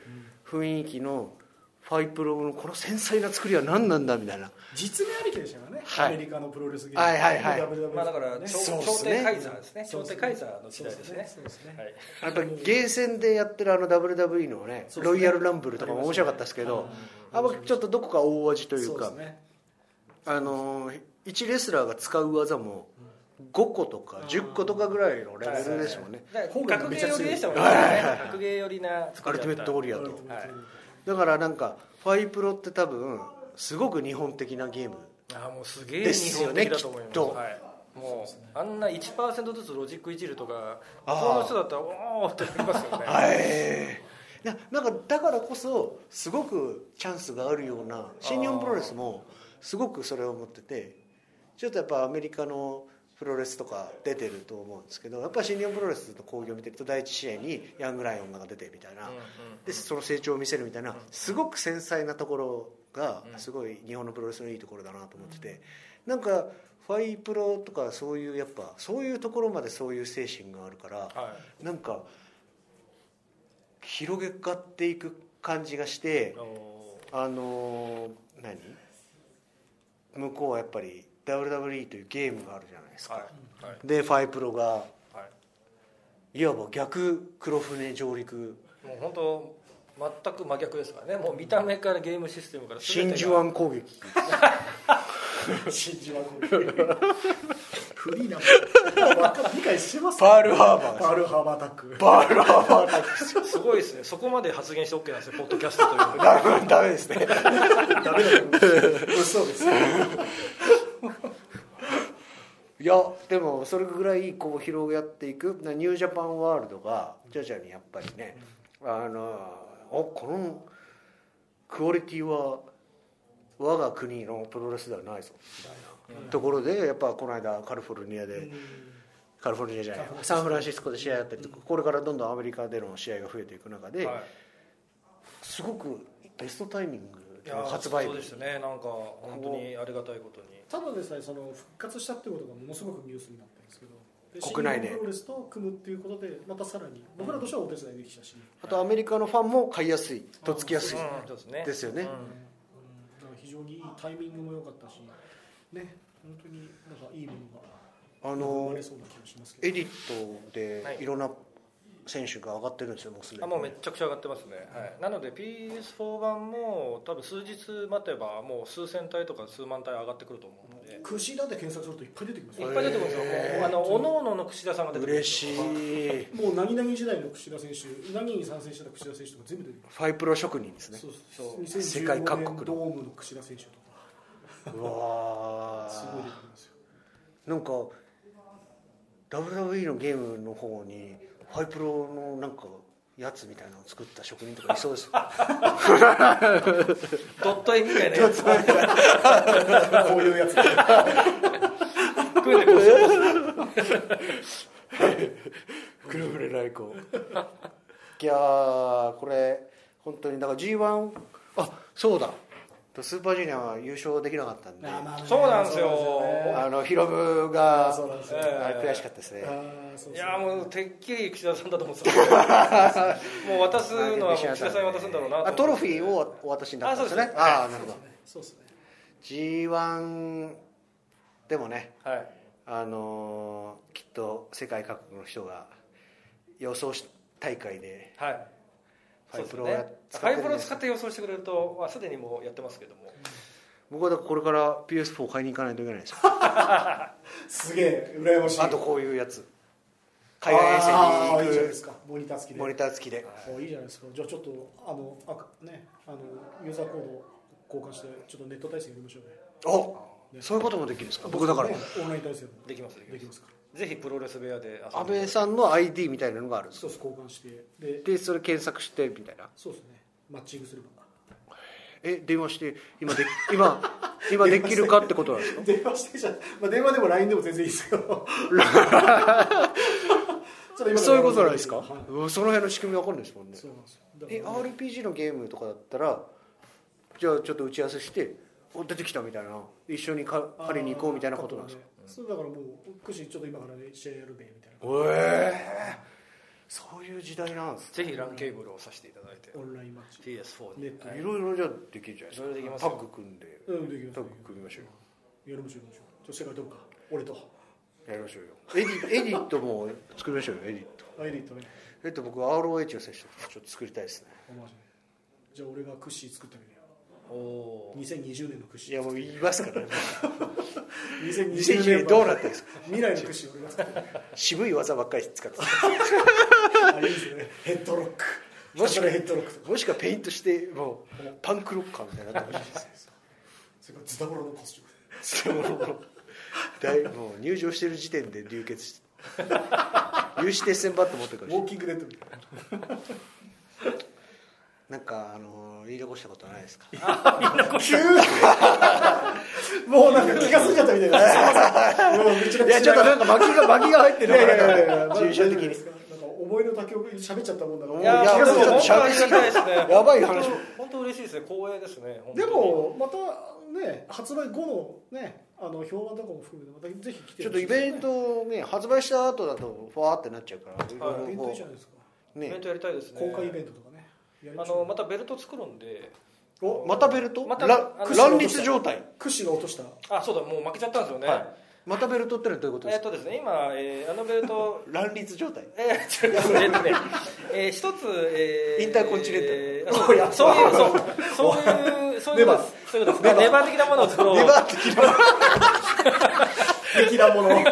Speaker 2: 雰囲気のファイプロのこの繊細な作りは何なんだみたいな
Speaker 3: 実名ありきでしたからね、
Speaker 2: はい
Speaker 3: アメリカのプロレスゲーム、
Speaker 2: はいはいはい
Speaker 3: WWE
Speaker 4: まあだから
Speaker 3: ね
Speaker 4: 朝
Speaker 2: そうっ
Speaker 4: 朝
Speaker 2: すね
Speaker 4: 廷カイザーですね
Speaker 3: そうっす
Speaker 4: 朝
Speaker 3: ね
Speaker 4: 廷カイザーの時代ですね
Speaker 3: そうですね
Speaker 4: はい
Speaker 2: やっぱゲーセンでやってるあの WWE のね
Speaker 3: そうですね
Speaker 2: ロイヤルランブルとかも面白かったですけどあ僕ちょっとどこか大味というか
Speaker 3: そうですね
Speaker 2: あの1レスラーが使う技も5個とか10個とかぐらいのレベルですもんね
Speaker 4: だから
Speaker 3: 本が
Speaker 4: 格
Speaker 3: め
Speaker 4: ゲ
Speaker 3: ち
Speaker 4: ー
Speaker 3: ゃくちゃ強
Speaker 4: 寄り
Speaker 3: い
Speaker 4: でしたもんね格ゲー寄りな
Speaker 2: ア
Speaker 4: 作
Speaker 2: ル
Speaker 4: りだ
Speaker 2: ティ
Speaker 4: っ
Speaker 2: メ
Speaker 4: た
Speaker 2: ットウォリア
Speaker 3: なる
Speaker 2: と
Speaker 3: ほど
Speaker 4: はい
Speaker 2: だからなんかファイプロって多分すごく日本的なゲーム
Speaker 4: あーもうすげ
Speaker 2: で
Speaker 4: え
Speaker 2: す
Speaker 4: 日
Speaker 2: よ
Speaker 4: 本
Speaker 2: ね
Speaker 4: 的だと思いま
Speaker 2: き
Speaker 4: す
Speaker 2: っと
Speaker 4: はいもうあんな1%ずつロジックいじるとか
Speaker 2: あー
Speaker 4: この人だったらおおってなりますよね
Speaker 2: はいななんかだからこそすごくチャンスがあるような新日本プロレスもすごくそれを持っててちょっとやっぱアメリカのプロレスとか出てると思うんですけどやっぱ新日本プロレスの興行を見てると第一試合にヤングライオンが出てみたいな、
Speaker 4: うんうん
Speaker 2: でその成長を見せるみたいなすごく繊細なところがすごい日本のプロレスのいいところだなと思っててなんかファイプロとかそういうやっぱそういうところまでそういう精神があるから
Speaker 4: は
Speaker 2: なんか広げがっていく感じがして
Speaker 4: いお
Speaker 2: あのー何向こうはやっぱり WWE というゲームがあるじゃないです
Speaker 4: ーは
Speaker 2: か
Speaker 4: いはい
Speaker 2: でファイプロが
Speaker 4: はい
Speaker 2: いわば逆黒船上陸
Speaker 4: もう本当全く真逆ですからねもう見た目からゲームシステムから全
Speaker 2: 真
Speaker 4: て
Speaker 2: 珠
Speaker 4: が
Speaker 2: 湾攻撃
Speaker 3: 新人はこういうフリーなもんわかん理解してます
Speaker 2: パールハーバーです
Speaker 3: パールハーバータック
Speaker 2: バーラーバータックス
Speaker 4: すごいですねそこまで発言して OK なんですよポッドキャストというのは
Speaker 2: ダメ ダメですね
Speaker 3: ダメだと思う嘘です
Speaker 2: いやでもそれぐらいこう広がっていくなニュージャパンワールドが徐々にやっぱりねあのおこのクオリティは我が国のプロレスではないぞみたいなところでやっぱこの間カリフォルニアでカリフォルニアじゃないサンフランシスコで試合やったりとかこれからどんどんアメリカでの試合が増えていく中で
Speaker 4: はい
Speaker 2: すごくベストタイミング
Speaker 4: い
Speaker 2: の
Speaker 4: や
Speaker 2: 発売
Speaker 4: そうで
Speaker 2: 日
Speaker 4: したねなんか本当にありがたいことに
Speaker 3: ただでさえその復活したってことがものすごくニュースになったんですけど
Speaker 2: 国内で
Speaker 3: 新日本プロレスと組むっていうことでまたさらに僕らとしてはお手伝いできたし、うん
Speaker 2: あとアメリカのファンも買いやすいとっつきやすい
Speaker 4: うんそうですね
Speaker 2: ですよね
Speaker 3: だから非常にいいタイミングも良かったしね本当になんかいいも
Speaker 2: あ
Speaker 3: の
Speaker 2: の
Speaker 3: が生まれそうな気がしますけ
Speaker 2: エ
Speaker 3: ど
Speaker 2: ディットでいろんな選手が上がってるんですよもうすで
Speaker 4: あ
Speaker 2: に
Speaker 4: もうめっちゃくちゃ上がってますね、はい、なので PS4 版も多分数日待てばもう数千体とか数万体上がってくると思うので
Speaker 3: クシーダで検索するといっぱい出てきます
Speaker 4: い
Speaker 3: よ
Speaker 4: っぱい出てくるんですよ、もうあのおのおのの櫛田さんが出てくるんで
Speaker 2: 嬉
Speaker 4: す
Speaker 2: し
Speaker 4: よ
Speaker 2: い
Speaker 3: もう何々時代の櫛田選手何に参戦してた櫛田選手とか全部出てくる
Speaker 2: ファイプロ職人ですね
Speaker 3: そうそ
Speaker 4: そうう
Speaker 3: 2015
Speaker 2: 世界各国の
Speaker 3: 年ドームの櫛田選手とか
Speaker 2: うわ
Speaker 3: すごい出て
Speaker 2: ー
Speaker 3: くるんですよ
Speaker 2: なんか WWE のゲームの方にファイプロのなんかやつみたいなのを作った職人とかいそう ですよ
Speaker 4: ドット絵みたいなやつ
Speaker 3: こういうやつだ
Speaker 4: 組んでこう
Speaker 2: くるぶれない子いやーこれ本当にだから G1 あそうだスーパージュニアは優勝できなかったんで
Speaker 4: そうなんですよ
Speaker 2: あのヒロムが
Speaker 3: そうなんですよ
Speaker 2: あれ悔しかったですね、
Speaker 4: いやーもうてっきり櫛田さんだと思ってたもう渡すのはもう櫛田さんに渡すんだろうなと思って
Speaker 2: あトロフィーをお渡しになったんですね
Speaker 4: あそうですね
Speaker 2: ああなるほど
Speaker 3: そうですね
Speaker 2: G1 でもね
Speaker 4: はい
Speaker 2: あのーきっと世界各国の人が予想し大会で
Speaker 4: はい
Speaker 2: ファイプロ
Speaker 4: そう
Speaker 2: を
Speaker 4: です
Speaker 2: や
Speaker 4: ね
Speaker 2: っ
Speaker 4: ファイプロを
Speaker 2: 使
Speaker 4: 使
Speaker 2: っ
Speaker 4: ってて予想してくれると、まあ、すでにもうやってますけども、
Speaker 2: 僕はだからこれから PS4 買いに行かないといけないですよ
Speaker 3: すげえ羨ましい
Speaker 2: あとこういうやつ海外遠征
Speaker 3: あーいいじゃないで
Speaker 2: に
Speaker 3: すかモニター付
Speaker 2: 行
Speaker 3: き
Speaker 2: く
Speaker 3: で
Speaker 2: モニター付きで
Speaker 3: あいいじゃないですかじゃあちょっとあのあねあのユーザーコード交換してちょっとネット対戦やりましょう
Speaker 2: お
Speaker 3: ね
Speaker 2: そういうこともできるんですか僕だから
Speaker 3: ねオンライン対戦も
Speaker 4: できます、で
Speaker 3: で
Speaker 4: き
Speaker 3: き
Speaker 4: ま
Speaker 3: ますす。から
Speaker 4: ぜひプロレス部屋で
Speaker 2: 安
Speaker 4: んで
Speaker 2: 倍さんの ID みたいなのがあるんです
Speaker 3: 一つ交換してで
Speaker 2: でそれ検索してみたいな
Speaker 3: そうですねマッチングすれば
Speaker 2: え電話して今で今今できるかってことなんですか
Speaker 3: 電話してじゃん、まあ、電話でも LINE でも全然いいです けどそれ今から
Speaker 2: そういうことなんですか、
Speaker 3: はい
Speaker 2: うんその辺の仕組みわかんないですもんね
Speaker 3: そうなんですよだから
Speaker 2: え RPG のゲームとかだったらじゃあちょっと打ち合わせしてお出てきたみたいな一緒にか狩りに行こうみたいなことなんですか
Speaker 3: そうだからもうくしちょっと今からね試合やるべみたいな
Speaker 2: ええそういう時代なんです
Speaker 4: ぜひランケーブルをさせていただいて
Speaker 3: オンラインマッチ
Speaker 4: PS4
Speaker 3: ネ
Speaker 4: に
Speaker 3: ット
Speaker 4: はい
Speaker 2: いろいろじゃあできるじゃないですか
Speaker 4: いろいろできます
Speaker 2: タ
Speaker 4: よ
Speaker 2: ッグ組んで
Speaker 3: うんできます
Speaker 2: タッ
Speaker 3: ね
Speaker 2: グ組みましょうよ
Speaker 3: やりましょうやりましょうじゃあ世界どっか俺と
Speaker 2: やりましょうよエディエディットも作りましょうよエディット
Speaker 3: アイリットね
Speaker 2: エディット僕 ROH を接してちょっと作りたいですね
Speaker 3: あマジでじゃあ俺がクッシー作ってみるよ
Speaker 4: おお
Speaker 3: 2020年のクッシ
Speaker 2: い
Speaker 3: ー
Speaker 2: やもう言いますからね
Speaker 3: 2020
Speaker 2: 2020年どうなってるんですか
Speaker 3: 未来のクッシー俺が作ってみる
Speaker 2: 渋い技ばっかり使ってた
Speaker 3: あれいいですねヘッドロック
Speaker 2: も
Speaker 3: も
Speaker 2: し
Speaker 3: し
Speaker 2: くは
Speaker 3: らヘッドロックとか
Speaker 2: もしかペイントしてもうパンクロッカーみたいになってほしいです
Speaker 3: それからズタボロのコスチューム
Speaker 2: そうだいもう入場してる時点で流血して 有刺鉄線バット持ってるかもしれな
Speaker 3: ウォー
Speaker 2: い
Speaker 3: キングデッドみたいな
Speaker 2: なんかあの言い残したことないですか
Speaker 3: もうなんか気が済んじゃったみたいなもうめちゃくちゃ
Speaker 2: いやちょっとなんか巻きが巻きが入って
Speaker 3: い
Speaker 2: る
Speaker 3: や
Speaker 2: の
Speaker 3: いやい
Speaker 2: か
Speaker 3: やいや
Speaker 2: な重症的に
Speaker 3: なんか思いの丈を喋っちゃったもんだか
Speaker 2: い
Speaker 4: い
Speaker 3: ら
Speaker 4: や
Speaker 2: や
Speaker 4: ー
Speaker 2: 気が済んじゃった
Speaker 4: ちょっとありがたいですね
Speaker 2: やばい話
Speaker 4: 本当嬉しいですね光栄ですね本当
Speaker 3: で
Speaker 4: に
Speaker 3: もまたね発売後のねあの評判とかも含めてまたぜひ来て
Speaker 2: ちょっとイベントをね発売した後だとファーってなっちゃうからいろ
Speaker 3: イ
Speaker 2: い
Speaker 3: ベ
Speaker 2: ろ
Speaker 3: ントいい
Speaker 2: こ
Speaker 3: じゃないですか
Speaker 2: う
Speaker 4: イベ
Speaker 2: ね
Speaker 4: ントやりたいですね
Speaker 3: 公開イベントとかねやり
Speaker 4: あ
Speaker 3: まし
Speaker 4: の
Speaker 3: ょ
Speaker 4: またベルト作るんで
Speaker 3: うお
Speaker 2: またベルト
Speaker 4: また
Speaker 2: ら
Speaker 4: あの
Speaker 2: 乱立状態
Speaker 3: 屈指が落とした
Speaker 4: あそうだもう負けちゃったんですよね、
Speaker 2: はいまたベルトってのはどういうことで
Speaker 4: えっ
Speaker 2: すか
Speaker 4: とですね今、えーあのベルト
Speaker 2: 乱立状態
Speaker 4: えー、違うえっとね、えー、一つ、えー、
Speaker 2: インターコンチネンタル
Speaker 4: あそうそういうそうそういうそういうことですそういうことですネバー的なものを作ろう
Speaker 2: ネバーって
Speaker 3: 的なもの
Speaker 4: ネバ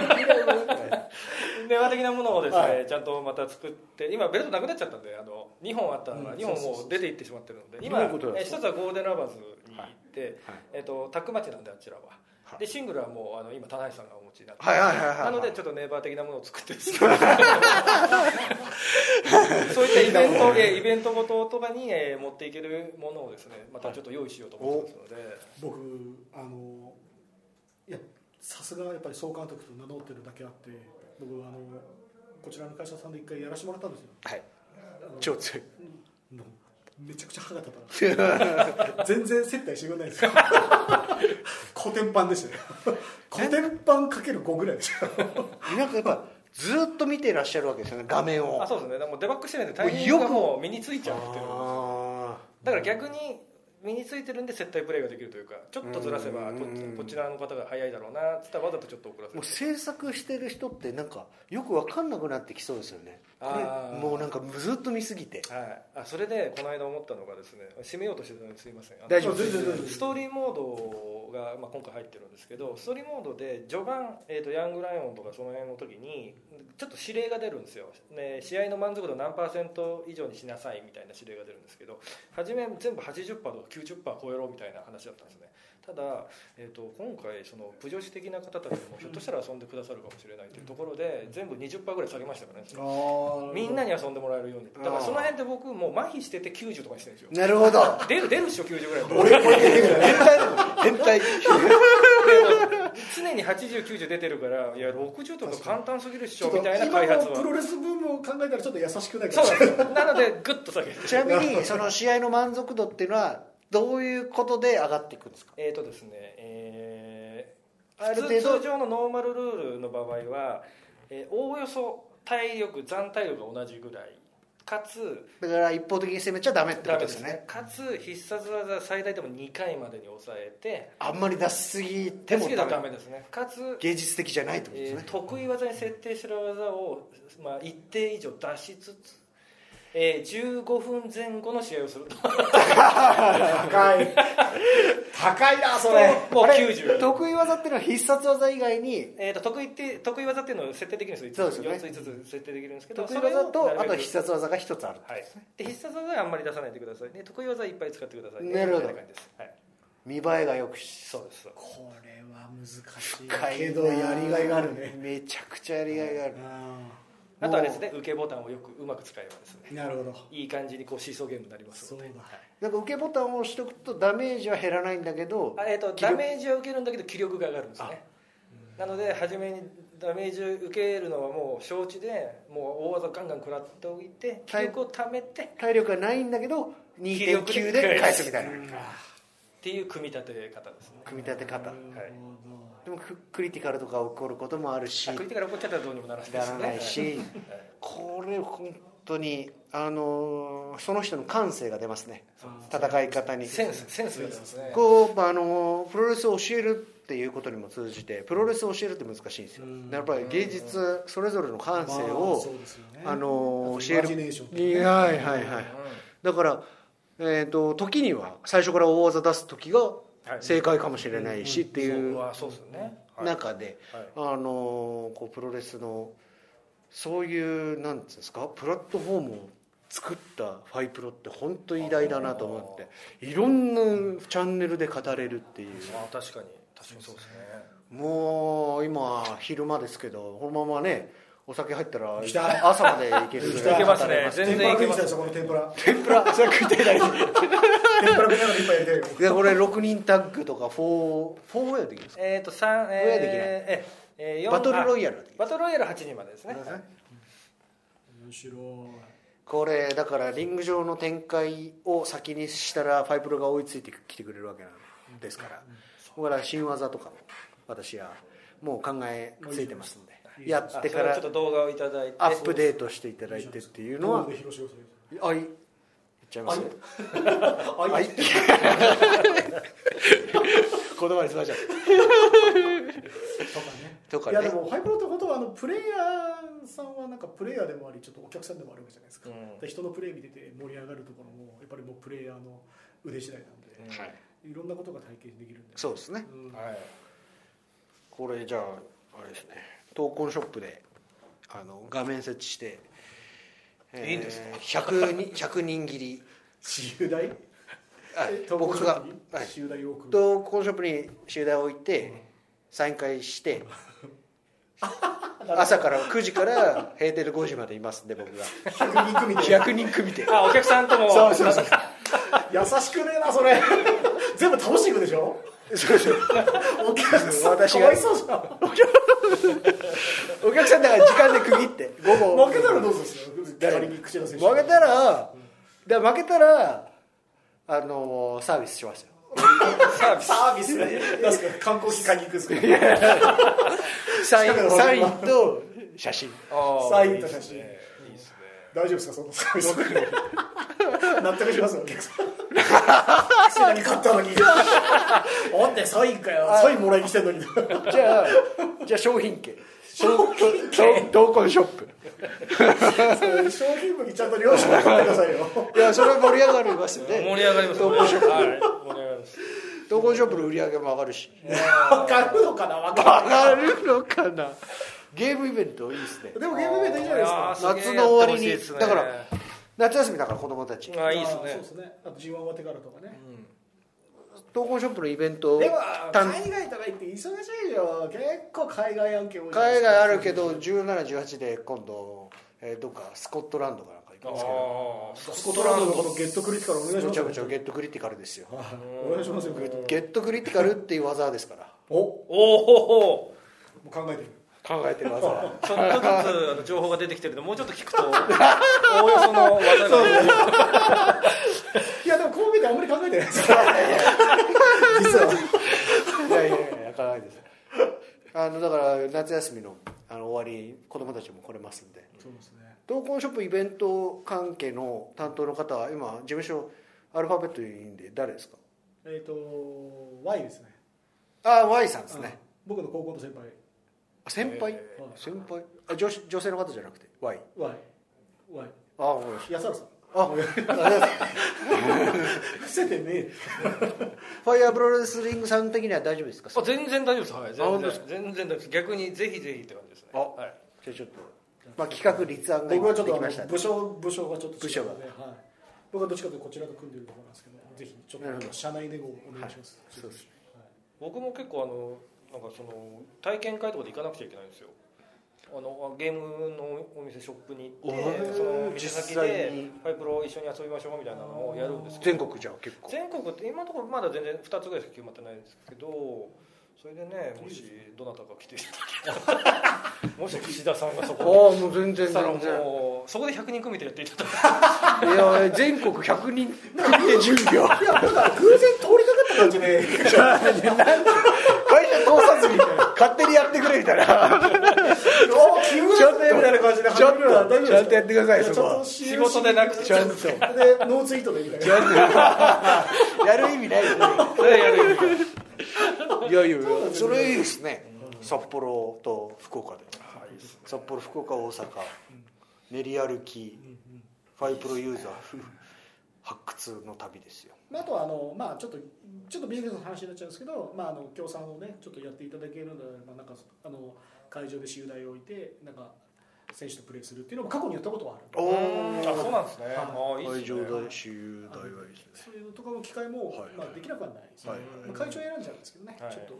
Speaker 4: ー的なものをですね、
Speaker 3: は
Speaker 4: ちゃんとまた作って今ベルトなくなっちゃったんであの2本あったのが
Speaker 3: うん
Speaker 4: 2本もう出ていってしまってるので今
Speaker 2: どういうことなん
Speaker 4: え
Speaker 2: です
Speaker 4: 一つはゴールデンラバーズに行って、えっとタックマッチなんであちらは、でシングルはもうあの今田中さんがお持ちになって、
Speaker 2: はいはいはいはいはい
Speaker 4: なのでちょっとネイバー的なものを作っ てるんですけどそういったイベントえイベントごととかに、えー持っていけるものをですねまたちょっと用意しようと思ってますので、
Speaker 3: 僕あのいやさすがやっぱり総監督と名乗ってるだけあって僕あのこちらの会社さんで一回やらせてもらったんですよ
Speaker 2: はい超強い
Speaker 3: のめちゃくちゃ歯が立た なかった全然接待してくれないんですよコテンパンでしたねコテンパンかける5ぐらいでしたよ
Speaker 2: なんかやっぱずーっと見てらっしゃるわけですよね画面を
Speaker 4: あそうですねでもデバッグしてないんでタイミングがもう身についちゃってる
Speaker 2: あ
Speaker 4: だから逆に身についてるんで接待プレーができるというかちょっとずらせばこっち
Speaker 2: うん
Speaker 4: こちらの方が早いだろうなっつったらわざとちょっと遅ら
Speaker 2: ー
Speaker 4: せ
Speaker 2: もう
Speaker 4: る
Speaker 2: 制作してる人ってなんかよく分かんなくなってきそうですよね
Speaker 4: あー
Speaker 2: もうなんかずっと見すぎて
Speaker 4: はい、あそれでこの間思ったのがですね締めようとしてたのですいませんあの
Speaker 2: 大丈夫
Speaker 3: 全然大丈夫
Speaker 4: ストーリーモードが、まあ、今回入ってるんですけどストーリーモードで序盤、えー、とヤングライオンとかその辺の時にちょっと指令が出るんですよ、ね、試合の満足度何パーセント以上にしなさいみたいな指令が出るんですけど初め全部80%とか90%超えろみたいな話だったんですねただ、えー、と今回そのプジョシ的な方たちもひょっとしたら遊んでくださるかもしれないというところで全部20%ぐらい下げましたからねみんなに遊んでもらえるようにだからその辺で僕もう麻痺してて90とかにしてるんですよ
Speaker 2: なるほど
Speaker 4: 出る出るっしょ90ぐらいだと
Speaker 2: 俺これ変態だもん変態
Speaker 4: 常に8090出てるからいや60とか簡単すぎるっし
Speaker 3: ちょ
Speaker 4: ょ
Speaker 3: っと
Speaker 4: みたいな
Speaker 3: 今
Speaker 4: 開
Speaker 3: の
Speaker 4: 発は
Speaker 3: プロレスブームを考えたらちょっと優しくないか
Speaker 4: そ
Speaker 3: もし
Speaker 4: うな
Speaker 3: れな
Speaker 4: ん
Speaker 3: い
Speaker 4: ですよなのでグッと下げて
Speaker 2: ちなみに その試合の満足度っていうのはどういうことで上がっていくんですか
Speaker 4: えーとですねえー
Speaker 2: ある程度
Speaker 4: 普通通常のノーマルルールの場合はえーおおよそ体力残体力が同じぐらいかつ
Speaker 2: だから一方的に攻めちゃダメってこ
Speaker 4: ダ
Speaker 2: と
Speaker 4: メ
Speaker 2: で
Speaker 4: ですす
Speaker 2: よ
Speaker 4: ね
Speaker 2: ね
Speaker 4: かつ必殺技最大でも2回までに抑えて
Speaker 2: あんまり出しすぎて
Speaker 4: 手
Speaker 2: も
Speaker 4: つけたらダ
Speaker 2: ダ
Speaker 4: メ
Speaker 2: メ
Speaker 4: ですねかつ
Speaker 2: 芸術的じゃないってことです
Speaker 4: え
Speaker 2: ね
Speaker 4: ー得意技に設定してる技を、まあ、一定以上出しつつ、えー、15分前後の試合をする と
Speaker 3: 高い高いなそれ
Speaker 4: もう
Speaker 2: あれ
Speaker 4: 90
Speaker 2: 得意技っていうのは必殺技以外に
Speaker 4: えーと得意って得意技っていうのを設定できるんですよ
Speaker 2: そうですよね
Speaker 4: 4つ5つ設定できるんですけど
Speaker 2: 得意技
Speaker 4: それを
Speaker 2: と
Speaker 4: な
Speaker 2: あ
Speaker 4: る
Speaker 2: と
Speaker 4: べく
Speaker 2: 必殺技が一つある
Speaker 4: はい、で必殺技はあんまり出さないでくださいね得意技いっぱい使ってくださいね
Speaker 2: なるほど
Speaker 4: みたいな感じです、はい、
Speaker 2: 見栄えがよくし
Speaker 4: そうですそうです
Speaker 3: これは難しいけどやりがいがあるね
Speaker 2: めちゃくちゃやりがいがある
Speaker 3: あ
Speaker 4: あとはですね受けボタンをよくうまく使えばですね
Speaker 3: ーなるほど
Speaker 4: いい感じにこうシーソーゲームになります
Speaker 3: そ
Speaker 4: の
Speaker 3: う
Speaker 4: で
Speaker 3: だ
Speaker 2: なんか受けボタンを押しておくとダメージは減らないんだけど
Speaker 4: あえー、と
Speaker 2: 気
Speaker 4: ダ
Speaker 2: 力
Speaker 4: メージを受けるんだけど気力が上がるんですねなので初めにダメージを受けるのはもう承知でもう大技ガンガン食らっておいて気力をためてっ
Speaker 2: 体力がないんだけど2.9
Speaker 4: 気力で
Speaker 2: で返すみたいな
Speaker 4: ていう組み立て方ですね
Speaker 2: 組み立て方
Speaker 4: はい
Speaker 2: でもククリティカルとか起こることもあるし
Speaker 4: あクリティカル起こっちゃったらどうにもならない
Speaker 2: ならない
Speaker 4: ね
Speaker 2: しここれ本当にあのーその人の感性が出ますね戦い方に
Speaker 4: センスセンスが出ますね
Speaker 2: こう、まあ、あのプロレスを教えるっていうことにも通じてプロレスを教えるって難しいんですよやっぱり芸術それぞれの感性
Speaker 3: まあ
Speaker 2: を
Speaker 3: そうですよね
Speaker 2: あの
Speaker 3: あと
Speaker 2: 教え
Speaker 3: イマジネーションとか
Speaker 2: る
Speaker 3: ね
Speaker 2: いやはいはいはいだからえーと時には最初から大技出す時が正解かもしれないしっていう
Speaker 4: はそうですよね
Speaker 2: 中で、
Speaker 4: はい
Speaker 2: あのこうプロレスのそういうなんつうんですかプラットフォームを作ったファイプロって本当偉大だなと思っていろんなチャンネルで語れるっていう
Speaker 4: まあ確かに確かにそうですね
Speaker 2: もう今昼間ですけどこのままねお酒入ったら
Speaker 3: きた
Speaker 2: 朝までいけるぐらい
Speaker 4: いけます
Speaker 2: 語れ
Speaker 4: ね全然いけ
Speaker 3: 天ぷら食いに
Speaker 4: ま
Speaker 3: 来た
Speaker 4: す
Speaker 3: でしょこの天ぷら
Speaker 2: 天ぷらそれ食いたいだけ
Speaker 3: 天ぷら食いながら一杯やりたいよ
Speaker 2: でこれ6人タッグとか 4way できますか
Speaker 4: えっと
Speaker 2: 親
Speaker 4: 三
Speaker 2: できない
Speaker 4: えーえー四
Speaker 2: バトルロイヤル
Speaker 4: あバトルロイヤル八人までですねはい
Speaker 3: 面白い
Speaker 2: これだからリング上の展開を先にしたらファイプロが追いついてきてくれるわけなんですからだから新技とかも私はもう考えついてますのでやっ
Speaker 4: あ
Speaker 2: て
Speaker 4: そ
Speaker 2: か
Speaker 4: れはち
Speaker 2: ら
Speaker 4: ょっと動画をいただいて
Speaker 2: アップデートしていただいてっていうのは
Speaker 3: で広島
Speaker 2: あい言っちゃいます
Speaker 3: あ
Speaker 2: あ
Speaker 3: い
Speaker 2: い 言葉に済ましちゃう
Speaker 3: とかね
Speaker 2: とか
Speaker 3: いやで
Speaker 2: ね
Speaker 3: もハイプロってことはあのプレイヤーさんはなんかプレイヤーでもありちょっとお客さんでもあるわけじゃないですか,、
Speaker 4: うん
Speaker 3: で人のプレイ見てて盛り上がるところもやっぱりもうプレイヤーの腕次第なんで、
Speaker 2: はい
Speaker 3: いろんなことが体験できるんで
Speaker 2: そうですね
Speaker 3: うん
Speaker 4: はい
Speaker 2: これじゃああれですね闘魂ショップであの画面設置して、えー
Speaker 4: いいんですか
Speaker 2: 100, 人100人切り
Speaker 3: 私有大
Speaker 2: あ
Speaker 3: え
Speaker 2: 僕がはい
Speaker 3: 私有大を組む
Speaker 2: とコンショップに集団を置いてサイン会して 朝から9時から閉店で5時までいますんで僕 が
Speaker 3: 100人組で
Speaker 2: 100人組で
Speaker 4: あお客さんとも
Speaker 3: そうそうそう優しくねえなそれ全部倒していくでしょお客さん
Speaker 2: 私が
Speaker 3: かわいそうじゃん
Speaker 2: お客さんだから時間で区切って午後
Speaker 3: 負けたらどうするんですか
Speaker 2: 誰
Speaker 3: 仮に口の選手
Speaker 2: 負けたらだから負けたらあのサービスしますよ
Speaker 4: サービス
Speaker 3: サービスなんすか観光機関に行くんですか
Speaker 2: サイ
Speaker 3: 近くの
Speaker 2: ン
Speaker 3: 方
Speaker 2: サイ
Speaker 3: に
Speaker 2: ンと写真
Speaker 4: あー
Speaker 3: サインと写真
Speaker 4: いいですね
Speaker 3: 大丈夫ですかそのサービス納得しますよお客さんシナに 勝ったのにおってサインかよサインもらいに来てんのに
Speaker 2: じゃあじゃあ商品券商品券同梱ショップ
Speaker 3: 商品部にちゃんと領収書取ってくださいよ
Speaker 2: いやそれ盛り上がりますよ
Speaker 4: いいですね盛
Speaker 2: ね
Speaker 4: り上がります
Speaker 2: 闘魂ショップ
Speaker 4: はい盛り上がります
Speaker 2: 同梱ショップの売り上げも上がるし
Speaker 3: 分かるのかな分か
Speaker 2: 上がるのかなゲームイベントいいですね
Speaker 3: るでもゲームイベントいいじゃないですか
Speaker 4: いやーすげ
Speaker 2: 夏
Speaker 4: え
Speaker 2: の終わりに
Speaker 4: やってほしいですね
Speaker 2: だから夏休みだから子供たち
Speaker 4: あーいいです
Speaker 3: あーそう
Speaker 4: ね
Speaker 3: ですねあと G1 終わってからとかね
Speaker 2: 闘魂ショップのイベント
Speaker 3: でも
Speaker 2: たん
Speaker 3: 海外とか行って忙しいよ結構海外案件多いじゃないで
Speaker 2: 海
Speaker 3: すか
Speaker 2: 外あるけど1718で今度、えーどっかスコットランドかなんか行くんですけど
Speaker 4: あー
Speaker 3: スコットランドのこのゲットクリティカルお願いし
Speaker 2: む
Speaker 3: ま
Speaker 2: ち
Speaker 3: す
Speaker 2: ゃ
Speaker 3: よ
Speaker 2: むちゃゲットクリティカルですよ
Speaker 3: お願いしますよ
Speaker 2: ゲットクリティカルっていう技ですから
Speaker 3: おも
Speaker 4: おお
Speaker 3: う考えてる
Speaker 2: 考えてる技
Speaker 4: ちょっとずつあの情報が出てきてるのでもうちょっと聞くとおおよその技が
Speaker 3: いやでもこう見てあんまり考えてないですから実 は い
Speaker 2: やいやいや考えてるあのだから夏休みのあの終わり子供たちも来れますんで
Speaker 3: そうですね
Speaker 2: 同梱ショップイベント関係の担当の方は今事務所アルファベットでいいんで誰ですか
Speaker 3: えっ、と Y ですね
Speaker 2: ああ Y さんですね、
Speaker 3: 僕の高校の先輩
Speaker 2: あ先輩、
Speaker 4: え
Speaker 3: ー
Speaker 2: 先輩あ女子女性の方じゃなくて Y
Speaker 3: Y Y
Speaker 2: ああごめんなさい
Speaker 3: 安原さん
Speaker 2: あありがとうございます
Speaker 3: 伏せてねえ
Speaker 2: ファイヤープロレスリングさん的には大丈夫ですか
Speaker 4: あ全然大丈夫ですはい
Speaker 2: あ
Speaker 4: 全
Speaker 2: 本当
Speaker 4: 然
Speaker 2: です
Speaker 4: 全然大丈夫です逆にぜひぜひって感じですね
Speaker 2: あ
Speaker 4: はい
Speaker 2: じゃあちょっと、まあ、企画立案が
Speaker 3: 僕
Speaker 2: 今
Speaker 3: はちょっ
Speaker 2: で
Speaker 3: とあ
Speaker 2: きました
Speaker 3: の
Speaker 2: ね
Speaker 3: 武将武将がちょっと
Speaker 2: 部署が
Speaker 3: 違うのではい、僕はどっちかというとこちらと組んでるところなんですけどぜひちょ
Speaker 2: なる
Speaker 3: っ
Speaker 2: ほ
Speaker 3: と
Speaker 2: ど
Speaker 3: 社内でごお願いします、そうです
Speaker 4: 僕も結構あのなんかその体験会とかで行かなくちゃいけないんですよあのあゲームのお店ショップに行っ
Speaker 2: お
Speaker 4: て
Speaker 2: ー
Speaker 4: その店
Speaker 2: 実
Speaker 4: 先で
Speaker 2: 際に
Speaker 4: ファイプロを一緒に遊びましょうみたいなのをやるんですけど
Speaker 2: 全国じゃ結構
Speaker 4: 全国って今のところまだ全然2つぐらいしか決まってないんですけどそれでねもしどなたか来ていただけたらもし岸田さんがそ
Speaker 2: ああ
Speaker 4: こ
Speaker 2: もう全然
Speaker 4: にしたら
Speaker 2: 全然
Speaker 4: もうそこで100人組でやっていただい
Speaker 2: いや全国100人組で準備を
Speaker 3: いやなんか偶然通りかかった感じで
Speaker 2: 会社通さずに勝手にやってくれみたいな
Speaker 3: お急ですねみたいな感じで
Speaker 2: ちょっと
Speaker 3: 始めるのは大丈夫です
Speaker 2: ちゃんとやってください
Speaker 3: や
Speaker 2: そこは
Speaker 3: ちゃんと仕
Speaker 4: 仕事でなくて
Speaker 2: ちゃんと
Speaker 3: でノーツイートでみたいな
Speaker 2: やる意味ないよね
Speaker 4: それやるよ
Speaker 2: いやいやいやそれいいですね札幌と福岡で札幌福岡大阪練り歩きファイプロユーザー発掘の旅ですよ
Speaker 3: まああとはあの、まあ、ちょっとちょっとビジネスの話になっちゃうんですけど、まあ、あの協賛をねちょっとやっていただけるのであればなんかあの会場で集大を置いてなんか選手とプレーするっていうのも過去にやったことはある
Speaker 2: お
Speaker 4: あそうなんですねああいい
Speaker 2: 会
Speaker 4: っす
Speaker 2: 場
Speaker 4: ね
Speaker 2: 大集大はいいですね
Speaker 3: そういうとかの機会も、
Speaker 2: はい
Speaker 3: まあ、できなくはないですね、
Speaker 2: はい
Speaker 3: まあ、会場選んじゃうんですけどね、
Speaker 4: はい
Speaker 3: ちょっと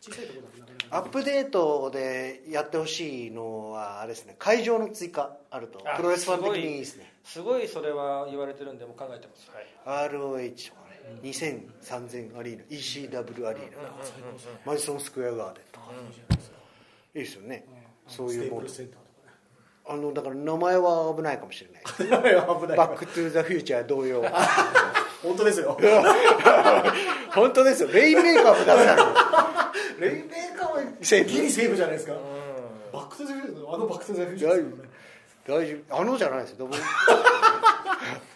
Speaker 3: 小さいところだとなかなか
Speaker 2: アップデートでやってほしいのはあれですね会場の追加あると
Speaker 4: あ
Speaker 2: プロレスファン的にいいですね
Speaker 4: すごいそれは言われてるんでもう考えてます、はい
Speaker 2: ROH とかね2000、3000アリーナ ECW アリーナとかマジソンスクエアガーデンとかいいですよねそういうも
Speaker 3: も
Speaker 2: の
Speaker 3: のステープルセンターとかね
Speaker 2: あのだから名前は危ないかもしれない
Speaker 3: いや危 ない
Speaker 2: バック・トゥ・ザ・フューチャー同様
Speaker 3: 本当ですよ
Speaker 2: 本当ですよレインメーカーもダメなの
Speaker 3: レインメーカーは
Speaker 2: セーフ
Speaker 3: ギリセーフじゃないですかバック・トゥ・ザ・フューチャーあのバック・トゥ・ザ・フューチャーですよね
Speaker 2: 大丈夫あのじゃないですよどうも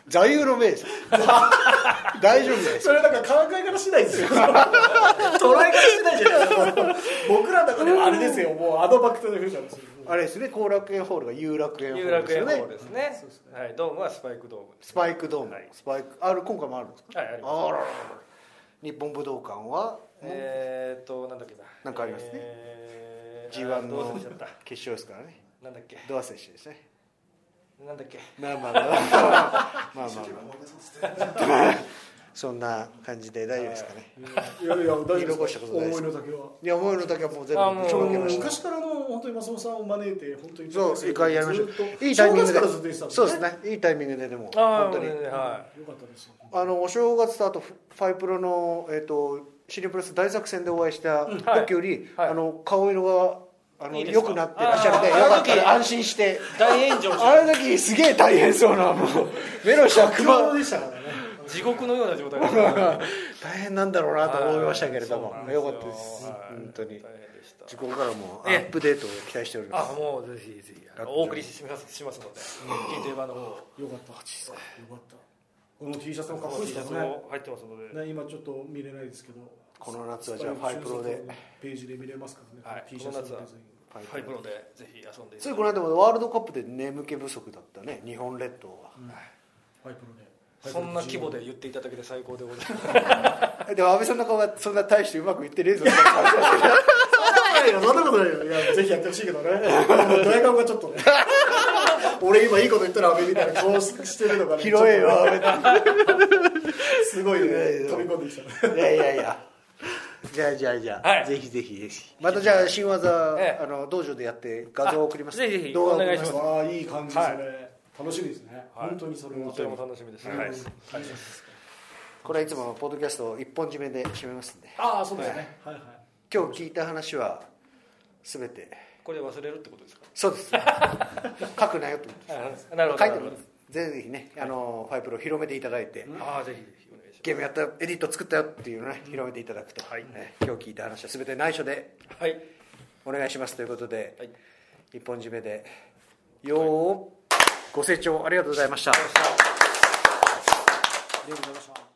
Speaker 2: 座右の銘ですよ大丈夫です
Speaker 3: それなんか考え方次第 ですよ捉え方次第じゃないですか僕らの中ではあれですよもうアドバック・トゥ・ザ・フューチャーですよ
Speaker 2: あれですね後楽園ホールが有楽園ホ
Speaker 4: 有
Speaker 2: ールで
Speaker 4: 楽
Speaker 2: す
Speaker 4: 園
Speaker 2: よね
Speaker 4: ホールですねはい、ドームはスパイクドーム
Speaker 2: スパイクドーム、
Speaker 4: はい
Speaker 2: スパイクある今回もあるんですか
Speaker 4: はいあります
Speaker 2: あらららら日本武道館は、
Speaker 4: えーっとなんだっけな
Speaker 2: なんかありますね
Speaker 4: えー
Speaker 2: G1
Speaker 4: あーど
Speaker 2: の
Speaker 4: うせちゃった
Speaker 2: 決勝ですからね
Speaker 4: なんだっけ
Speaker 2: ドア選手ですね
Speaker 4: なんだっけ
Speaker 2: まあ まあまあまあまあまあそんな感じで大丈夫ですかね
Speaker 3: いやいや大丈夫
Speaker 2: 言い残
Speaker 3: で
Speaker 2: し
Speaker 3: す
Speaker 2: たこ
Speaker 3: よ
Speaker 2: とないです
Speaker 3: 思いの丈はい
Speaker 2: や思いの丈はもう全
Speaker 4: あ
Speaker 2: 部
Speaker 4: もう
Speaker 2: ぶちまけました
Speaker 3: 昔からの本当に松本さんを招いて本当に
Speaker 2: そう一回やりましょ
Speaker 3: ずっと
Speaker 2: ういいタイミング
Speaker 3: 正月
Speaker 2: で
Speaker 3: からずっと言ってたん
Speaker 2: そうです
Speaker 3: ね
Speaker 2: ねいいタイミングででも
Speaker 4: あ
Speaker 2: 本
Speaker 4: あ
Speaker 2: 当
Speaker 4: ー
Speaker 2: に
Speaker 4: ねは
Speaker 3: よかったですよ
Speaker 2: あのお正月とあとファイプロの、えっとシリプラス大作戦でお会いした
Speaker 4: はい
Speaker 2: 時より、
Speaker 4: はい
Speaker 2: あの顔色があの
Speaker 4: いいです
Speaker 2: 良
Speaker 4: か
Speaker 2: くなってらっしゃるんでよ
Speaker 4: あー
Speaker 2: かった
Speaker 4: あの時
Speaker 2: ら安心して
Speaker 4: い大炎上し
Speaker 2: あの時すげえ大変そうなもう 目の下
Speaker 3: 苦
Speaker 2: くま
Speaker 3: 労でしたからね
Speaker 4: た地獄のような状態 だった
Speaker 2: 大変なんだろうなと思いましたけれども
Speaker 4: はい
Speaker 2: よかったです
Speaker 4: はい
Speaker 2: 本当に
Speaker 4: 大変でした
Speaker 2: 自己からもア
Speaker 4: ええ
Speaker 2: ップデートを期待しておりま
Speaker 4: あ
Speaker 2: す
Speaker 4: もうぜひぜひあのお送りしますしますので金定版の方
Speaker 3: よかったよかったこの T シャツもかっこいい
Speaker 4: T
Speaker 3: で
Speaker 4: シャ
Speaker 3: す
Speaker 4: ツ
Speaker 3: ね
Speaker 4: も入ってますので、
Speaker 3: ね今ちょっと見れないですけど
Speaker 2: この夏はじゃあファイプロで
Speaker 3: ページで見れますからね、
Speaker 4: はい
Speaker 3: T シャツのデザイン
Speaker 4: この夏ファイプロでぜひ遊んでいただいて
Speaker 2: ついこの間までワールドカップで眠気不足だったね日本列島は
Speaker 3: ファイプロで
Speaker 4: そんな規模で言っていただけて最高でございます。
Speaker 2: えでも安倍さんの顔はそんな大してうまくいってねえぞ
Speaker 3: いやそんなことないよいやぜひやってほしい けどねドヤ顔がちょっとね 俺今いいこと言ったらアメみたいな顔してるのが ね
Speaker 2: 拾えよ安倍
Speaker 3: すごいね
Speaker 2: いやいや
Speaker 3: 飛び込んできた ね
Speaker 2: いやいやいや。じゃあじゃあじゃあ、
Speaker 4: はい
Speaker 2: ぜひぜひぜひ。またじゃあ新技、
Speaker 4: ええ
Speaker 2: あの道場でやって画像を送ります。
Speaker 4: あぜひぜひ
Speaker 2: 動画を送
Speaker 4: お願
Speaker 2: り
Speaker 4: いし
Speaker 2: ま。
Speaker 4: ますす
Speaker 3: ああいい感じですね、楽しみですね、
Speaker 4: はい
Speaker 3: 本当にそれは
Speaker 4: とても楽しみです。
Speaker 3: は
Speaker 4: はいい。
Speaker 2: これはいつものポッドキャストを一本締めで締めますんで。
Speaker 3: ああそうですねはいはい
Speaker 2: 今日聞いた話はすべて
Speaker 4: これ忘れるってことですか。
Speaker 2: そうです。書くなよと思って
Speaker 4: あなるほ
Speaker 2: ます。
Speaker 4: ど。
Speaker 2: 書いてます。ぜひぜひね、あのファイプロを広めていただいて、
Speaker 4: ああぜひぜひお願いし
Speaker 2: ゲームやったエディット作ったよっていうのをね広めていただくと、ね今日聞いた話はすべて内緒で
Speaker 4: ます。はい。
Speaker 2: お願いしますということで、
Speaker 4: はい
Speaker 2: 一本締めでよーご清聴ありがとうございました。
Speaker 3: ありがとうございました